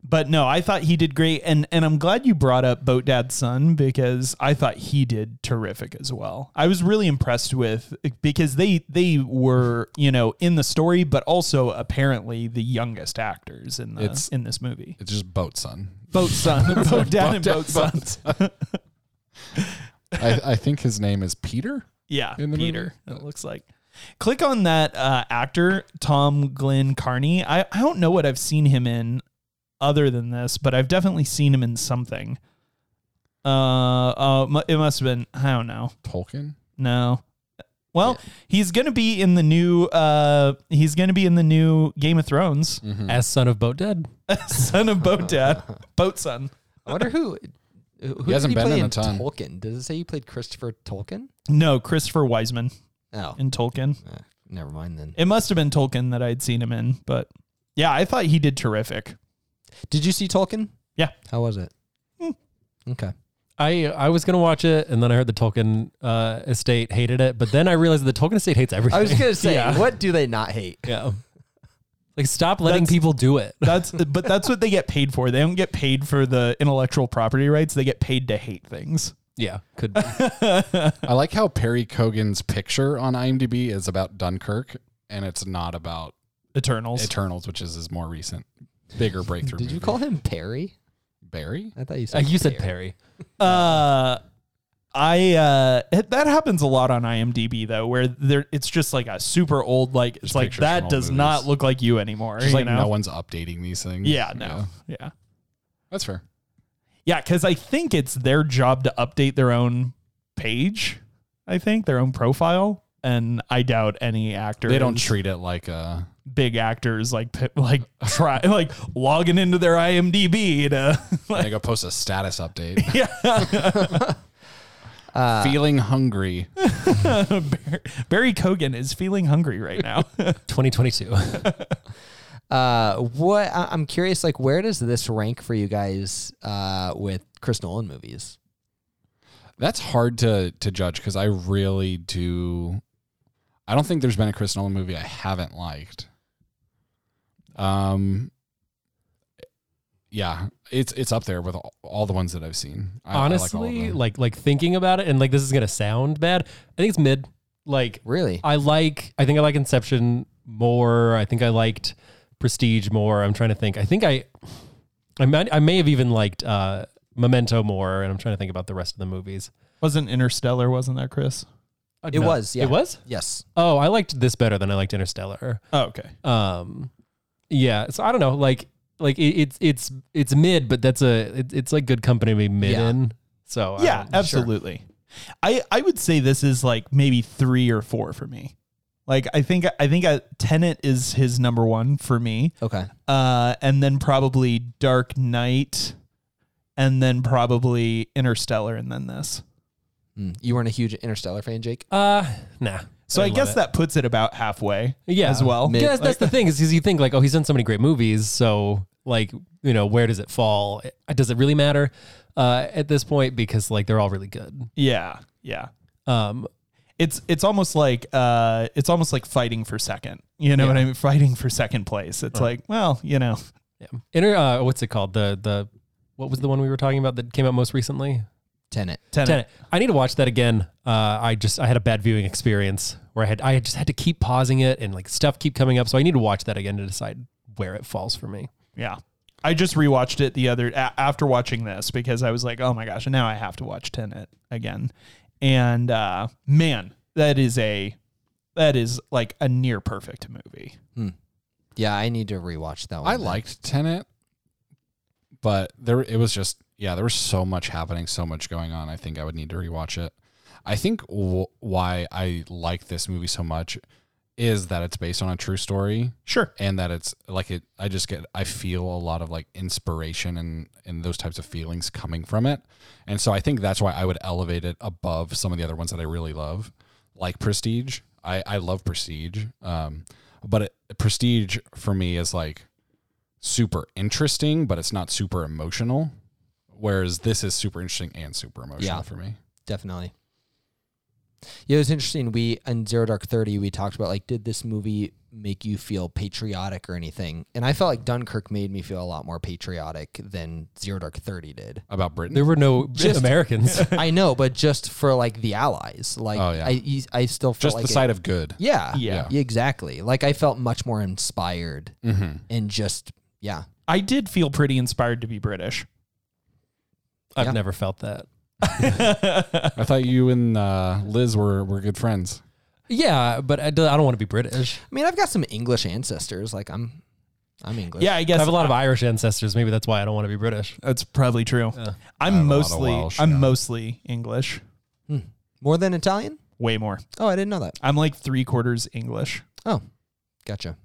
but no, I thought he did great, and and I'm glad you brought up Boat Dad's son because I thought he did terrific as well. I was really impressed with because they they were you know in the story, but also apparently the youngest actors in the
It's-
in this movie.
It's just boat son.
Boat son, Boat Dad, and
Boat Dad,
Boat sons.
I, I think his name is Peter.
Yeah,
in the
Peter. It looks like. Click on that uh, actor, Tom Glenn Carney. I, I don't know what I've seen him in other than this, but I've definitely seen him in something. Uh, uh mu- it must have been I don't know.
Tolkien.
No. Well, he's gonna be in the new. Uh, he's gonna be in the new Game of Thrones.
Mm.
As son of Boat Dead.
son of boat dad, boat son.
I wonder who. Who did
hasn't
he
been
play
in a ton.
Tolkien. Does it say you played Christopher Tolkien?
No, Christopher Wiseman
Oh,
in Tolkien.
uh, never mind then.
It must have been Tolkien that I'd seen him in, but yeah, I thought he did terrific.
Did you see Tolkien?
Yeah.
How was it? Okay.
I I was gonna watch it, and then I heard the Tolkien uh, estate hated it, but then I realized the Tolkien estate hates everything.
I was gonna say,
yeah.
what do they not hate?
yeah. Like, stop letting
That's-
people do it.
That's but that's what they get paid for. They don't get paid for the intellectual property rights. They get paid to hate things.
Yeah, could. Be. Uh,
I like how Perry Cogan's picture on IMDb is about Dunkirk and it's not about
Eternals.
Eternals, which is his more recent, bigger breakthrough.
Did you
movie.
call him Perry?
Barry?
I thought you
Uh,
said
you said Perry.
uh I uh it- that happens a lot on IMDb though, where there it's just like a super old like it's
Just
like
pictures from
that
old
does
movies.
not look like you anymore.
Just
you
like
know?
no one's updating these things.
yeah, no, yeah,
That's fair.
yeah, because I think it's their job to update their own page. I think their own profile, and I doubt any actor
They don't
is-
treat it like a.
big actors like pi- like try like logging into their IMDb to
They go post a status update.
yeah.
Feeling hungry.
Barry Cogan is feeling hungry right now.
2022.
Uh, what I- I'm curious, like, where does this rank for you guys uh, with Chris Nolan movies?
That's hard to to judge because I really do. I don't think there's been a Chris Nolan movie I haven't liked. Um. Yeah, it's it's up there with all, all the ones that I've seen. I- I like all of
Honestly,
them.
like like thinking about it, and like this is gonna sound bad. I think it's mid. Like
Really?
I like I think I like Inception more. I think I liked Prestige more. I'm trying to think. I think I I might I may have even liked uh Memento more and I'm trying to think about the rest of the movies.
wasn't Interstellar, wasn't that Chris?
Uh,
It was, yeah.
It was?
Yes.
Oh, I liked this better than I liked Interstellar.
Oh, okay.
Um yeah, so I don't know, like like it, it's it's it's mid, but that's a it, it's like good company to be mid
Yeah.
in. So I
yeah,
don't-
absolutely. I I would say this is like maybe 3 or 4 for me. Like I think I think uh Tenet is his number 1 for me.
Okay.
Uh and then probably Dark Knight and then probably Interstellar and then this.
Mm. You weren't a huge Interstellar fan, Jake.
Uh nah.
So I,
didn't love
guess
it.
that puts it about halfway
yeah.
as well.
Mid-
Yeah, that's, that's the thing is because you think like, oh, he's done so many great movies, so like, you know, where does it fall? Uh, Does it really matter uh, at this point? Because like they're all really good.
Yeah. Yeah.
Um,
it's it's almost like uh it's almost like fighting for second. You know what I mean? Fighting for second place. It's like, well, you know,
yeah. Inter, uh, what's it called? The the what was the one we were talking about that came out most recently?
Tenet.
Tenet.
Tenet. I need to watch that again. Uh, I just I had a bad viewing experience where I had I just had to keep pausing it and like stuff keep coming up, so I need to watch that again to decide where it falls for me.
Yeah. I just rewatched it the other a- after watching this because I was like, oh my gosh, now I have to watch Tenet again. And uh man, that is a that is like a near perfect movie.
Yeah, I need to rewatch that one.
I
then.
liked Tenet, but there it was just yeah, there was so much happening, so much going on. I think I would need to rewatch it. I think w- why I like this movie so much is that it's based on a true story
Sure.
and that it's like it I just get I feel a lot of like inspiration and and those types of feelings coming from it. And so I think that's why I would elevate it above some of the other ones that I really love, like Prestige. I I love Prestige. Um but it, Prestige for me is like super interesting, but it's not super emotional. Whereas this is super interesting and super emotional
Yeah.
for me.
Definitely. Yeah, it was interesting. We on Zero Dark Thirty, we talked about like, did this movie make you feel patriotic or anything? And I felt like Dunkirk made me feel a lot more patriotic than Zero Dark Thirty did.
about Britain.
There were no Americans.
I know, but just for like the Allies, like
Oh, yeah.
I, I still felt
just
like
the
it-
side of good.
Yeah,
Yeah.
exactly. Like I felt much more inspired
Mm-hmm.
and just yeah.
I did feel pretty inspired to be British.
I've
Yeah.
never felt that.
I thought you and uh, Liz were, were good friends.
Yeah, but I don't, I don't want to be British.
I mean, I've got some English ancestors. Like I'm, I'm English.
Yeah, I guess
I have a lot of Irish ancestors. Maybe that's why I don't want to be British.
That's probably true.
I have
I'm
a lot of
mostly
Welsh,
I'm
yeah.
mostly English.
more than Italian.
Way more.
Oh, I didn't know that.
I'm like three quarters English.
Oh, gotcha.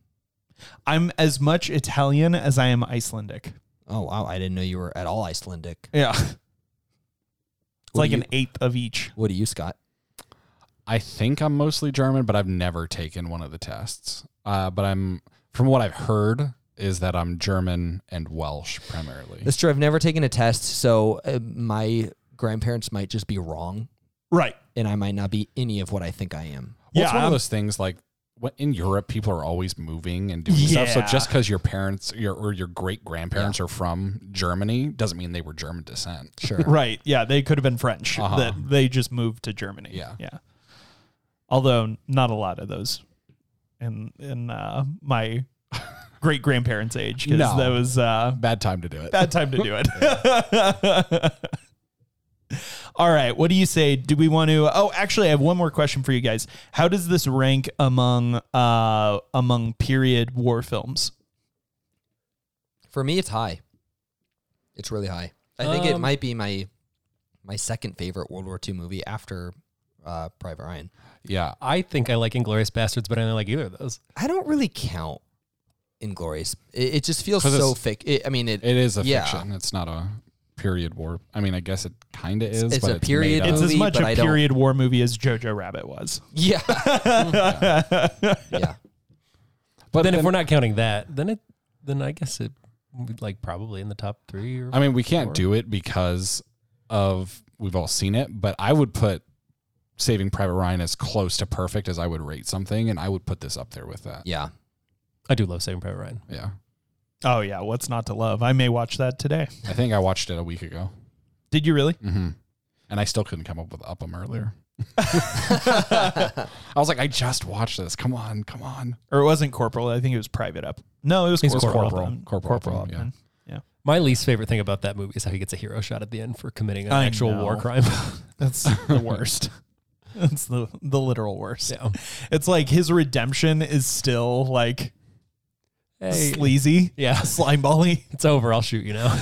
I'm as much Italian as I am Icelandic.
Oh wow, I didn't know you were at all Icelandic.
Yeah. It's
What
like
do you-
an eighth of each.
What do you, Scott?
I think I'm mostly German, but I've never taken one of the tests. Uh, but I'm from what I've heard is that I'm German and Welsh primarily.
That's true. I've never taken a test, so uh, my grandparents might just be wrong,
Right.
and I might not be any of what I think I am.
Well, it's
Yeah,
one of
I'm-
those things like what in Europe, people are always moving and doing stuff. So
Yeah.
just because your parents your, or your great grandparents are from Germany doesn't mean they were German descent.
Sure.
Right. Yeah. They could have been French.
Uh-huh.
That they just moved to Germany.
Yeah.
Yeah. Although not a lot of those in in uh, my great grandparents' age because
No.
that was uh,
Bad time to do it.
bad time to do it. All right, what do you say? Do we want to? Oh, actually, I have one more question for you guys. How does this rank among uh among period war films?
For me, it's high. It's really high. I think it
Um,
might be my my second favorite World War II movie after uh, Private Ryan.
yeah.
I think I like Inglorious Bastards, but I don't like either of those.
I don't really count Inglorious. It, it just feels
'Cause
so
it's-
fake. It, I mean, it,
It is a
Yeah.
fiction. It's not a period war. I mean, I guess it kind of is.
it's
but
a
it's made
period
up.
It's as
Movie,
much
but
a
I don't-
period war movie as Jojo Rabbit was.
yeah, yeah.
But
then, if we're not counting that, then it then I guess it would, like probably in the top three or
I mean, we can't do it because of we've all seen it, but I would put Saving Private Ryan as close to perfect as I would rate something, and I would put this up there with that.
yeah.
I do love Saving Private Ryan.
Yeah.
Oh yeah, what's not to love? I may watch that today.
I think I watched it a week ago, Mm-hmm.
Did you really?
and I still couldn't come up with up 'em earlier. I was like, I just watched this. Come on, come on.
Or it wasn't Corporal? I think it was Private Up. No, it was,
It's
Corporal.
Corporal.
Upton.
Corporal Upton,
Upton.
My least favorite thing about that movie is how he gets a hero shot at the end for committing an
I
actual
know.
war crime.
That's the worst. That's the the literal worst.
Yeah.
It's like his redemption is still like
Hey.
sleazy,
Yeah,
slimebally.
it's over. I'll shoot you now.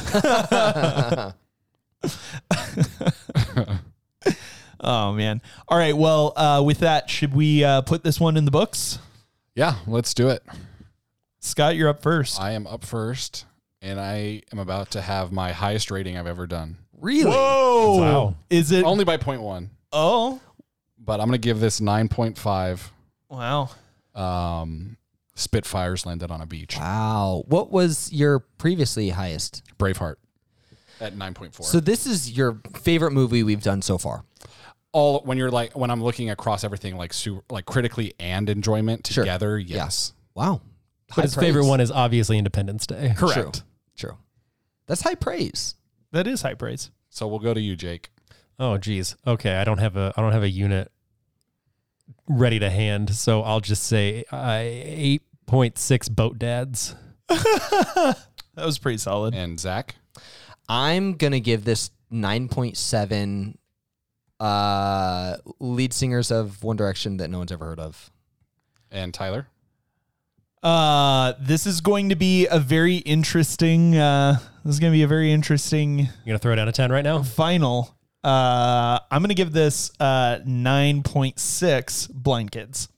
Oh man! All right. Well, uh, with that, should we uh, put this one in the books?
Yeah, let's do it.
Scott, you're up first.
I am up first, and I am about to have my highest rating I've ever done,
Really?
Whoa!
Wow.
Is it?
only by point one.
oh,
But I'm gonna give this nine point five.
wow!
Um, Spitfires landed on a beach.
Wow. What was your previously highest?
Braveheart at nine point four.
So this is your favorite movie we've done so far.
all when you're like when I'm looking across everything like su- like critically and enjoyment
Sure.
together. Yes,
Wow. High
But his favorite
praise.
one is obviously Independence Day.
Correct.
True. True. That's high praise.
That is high praise.
so we'll go to you, Jake.
Oh geez. Okay, I don't have a I don't have a unit ready to hand, so I'll just say uh, eight point six boat dads.
That was pretty solid.
and Zach.
I'm gonna give this nine point seven uh lead singers of One Direction that no one's ever heard of.
and Tyler.
Uh, this is going to be a very interesting. Uh, this is going to be a very interesting
You gonna throw it out of ten right now?
final. Uh, I'm going to give this uh, 9.6 blind kids.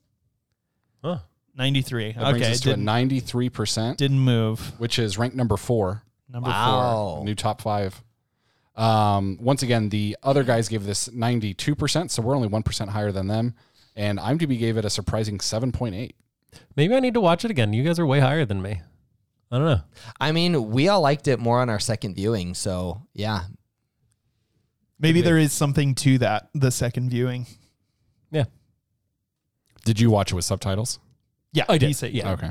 Huh.
93.
That brings
okay.
us to a
Didn't,
ninety three percent,
didn't move.
which is ranked number four.
Number
Wow.
New top five. Um, once again, the other guys gave this ninety two percent, so we're only one percent higher than them. And IMDb gave it a surprising seven point eight.
Maybe I need to watch it again. You guys are way higher than me. I don't know.
I mean, we all liked it more on our second viewing, so yeah.
Maybe there is something to that, the second viewing.
Yeah.
Did you watch it with subtitles?
Yeah,
I did.
DC,
Yeah.
Okay.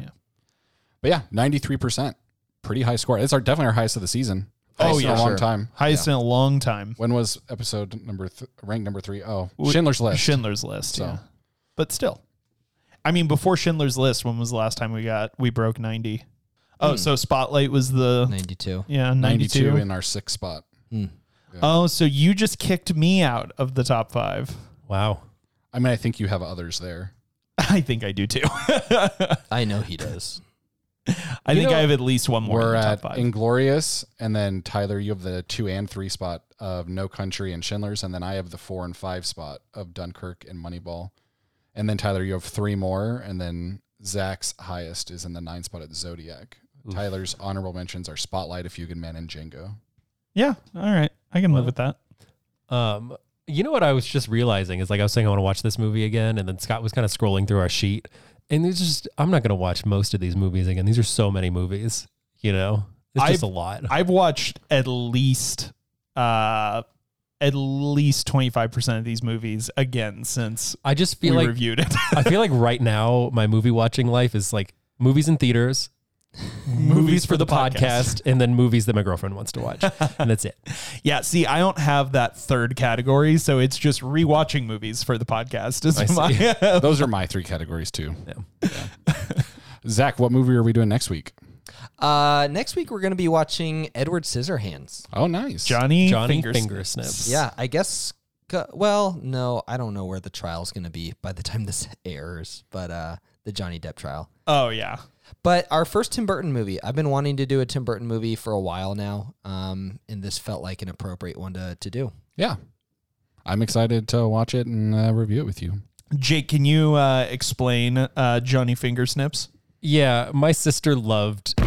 But yeah, 93%. Pretty high score. It's our definitely our highest of the season. Highest
Oh, yeah,
in a long
sure.
time.
Highest in a long time.
When was episode number th- rank number three? Oh, Schindler's List.
Schindler's List.
So.
Yeah. But still, I mean, before Schindler's List, when was the last time we got we broke ninety? Oh, so Spotlight was the
92.
yeah
92,
ninety-two.
in our sixth spot.
Oh, so you just kicked me out of the top five.
Wow.
I mean, I think you have others there.
I think I do too.
I know he does.
I think
know,
I have at least one more.
We're
in the top
at
five.
Inglorious, and then Tyler, you have the two and three spot of No Country and Schindler's, and then I have the four and five spot of Dunkirk and Moneyball. And then Tyler, you have three more, and then Zach's highest is in the nine spot at Zodiac. Tyler's honorable mentions are Spotlight, If You Can Man, and Django.
yeah. All right, I can live with that.
Um, you know what I was just realizing is like I was saying I want to watch this movie again, and then Scott was kind of scrolling through our sheet, and there's just I'm not gonna watch most of these movies again. These are so many movies, you know. It's just
I've-
a lot.
I've watched at least uh at least 25% of these movies again since
I just
we
feel like
reviewed it.
I feel like right now my movie watching life is like movies in theaters, movies for the podcast, and then movies that my girlfriend wants to watch, and that's it.
yeah, see, I don't have that third category, so it's just rewatching movies for the podcast is my
Those are my three categories, too. Yeah. Zach, what movie are we doing next week?
Uh, next week we're going to be watching Edward Scissorhands.
Oh, nice.
Johnny
Johnny
Finger
Finger
Snaps.
Snaps.
Yeah, I guess. go- Well, no, I don't know where the trial's going to be by the time this airs, but uh, the Johnny Depp trial.
Oh yeah.
But our first Tim Burton movie. I've been wanting to do a Tim Burton movie for a while now, um, and this felt like an appropriate one to, to do.
Yeah. I'm excited to watch it and uh, review it with you.
Jake, can you uh, explain uh, Johnny Finger Snips?
Yeah, my sister loved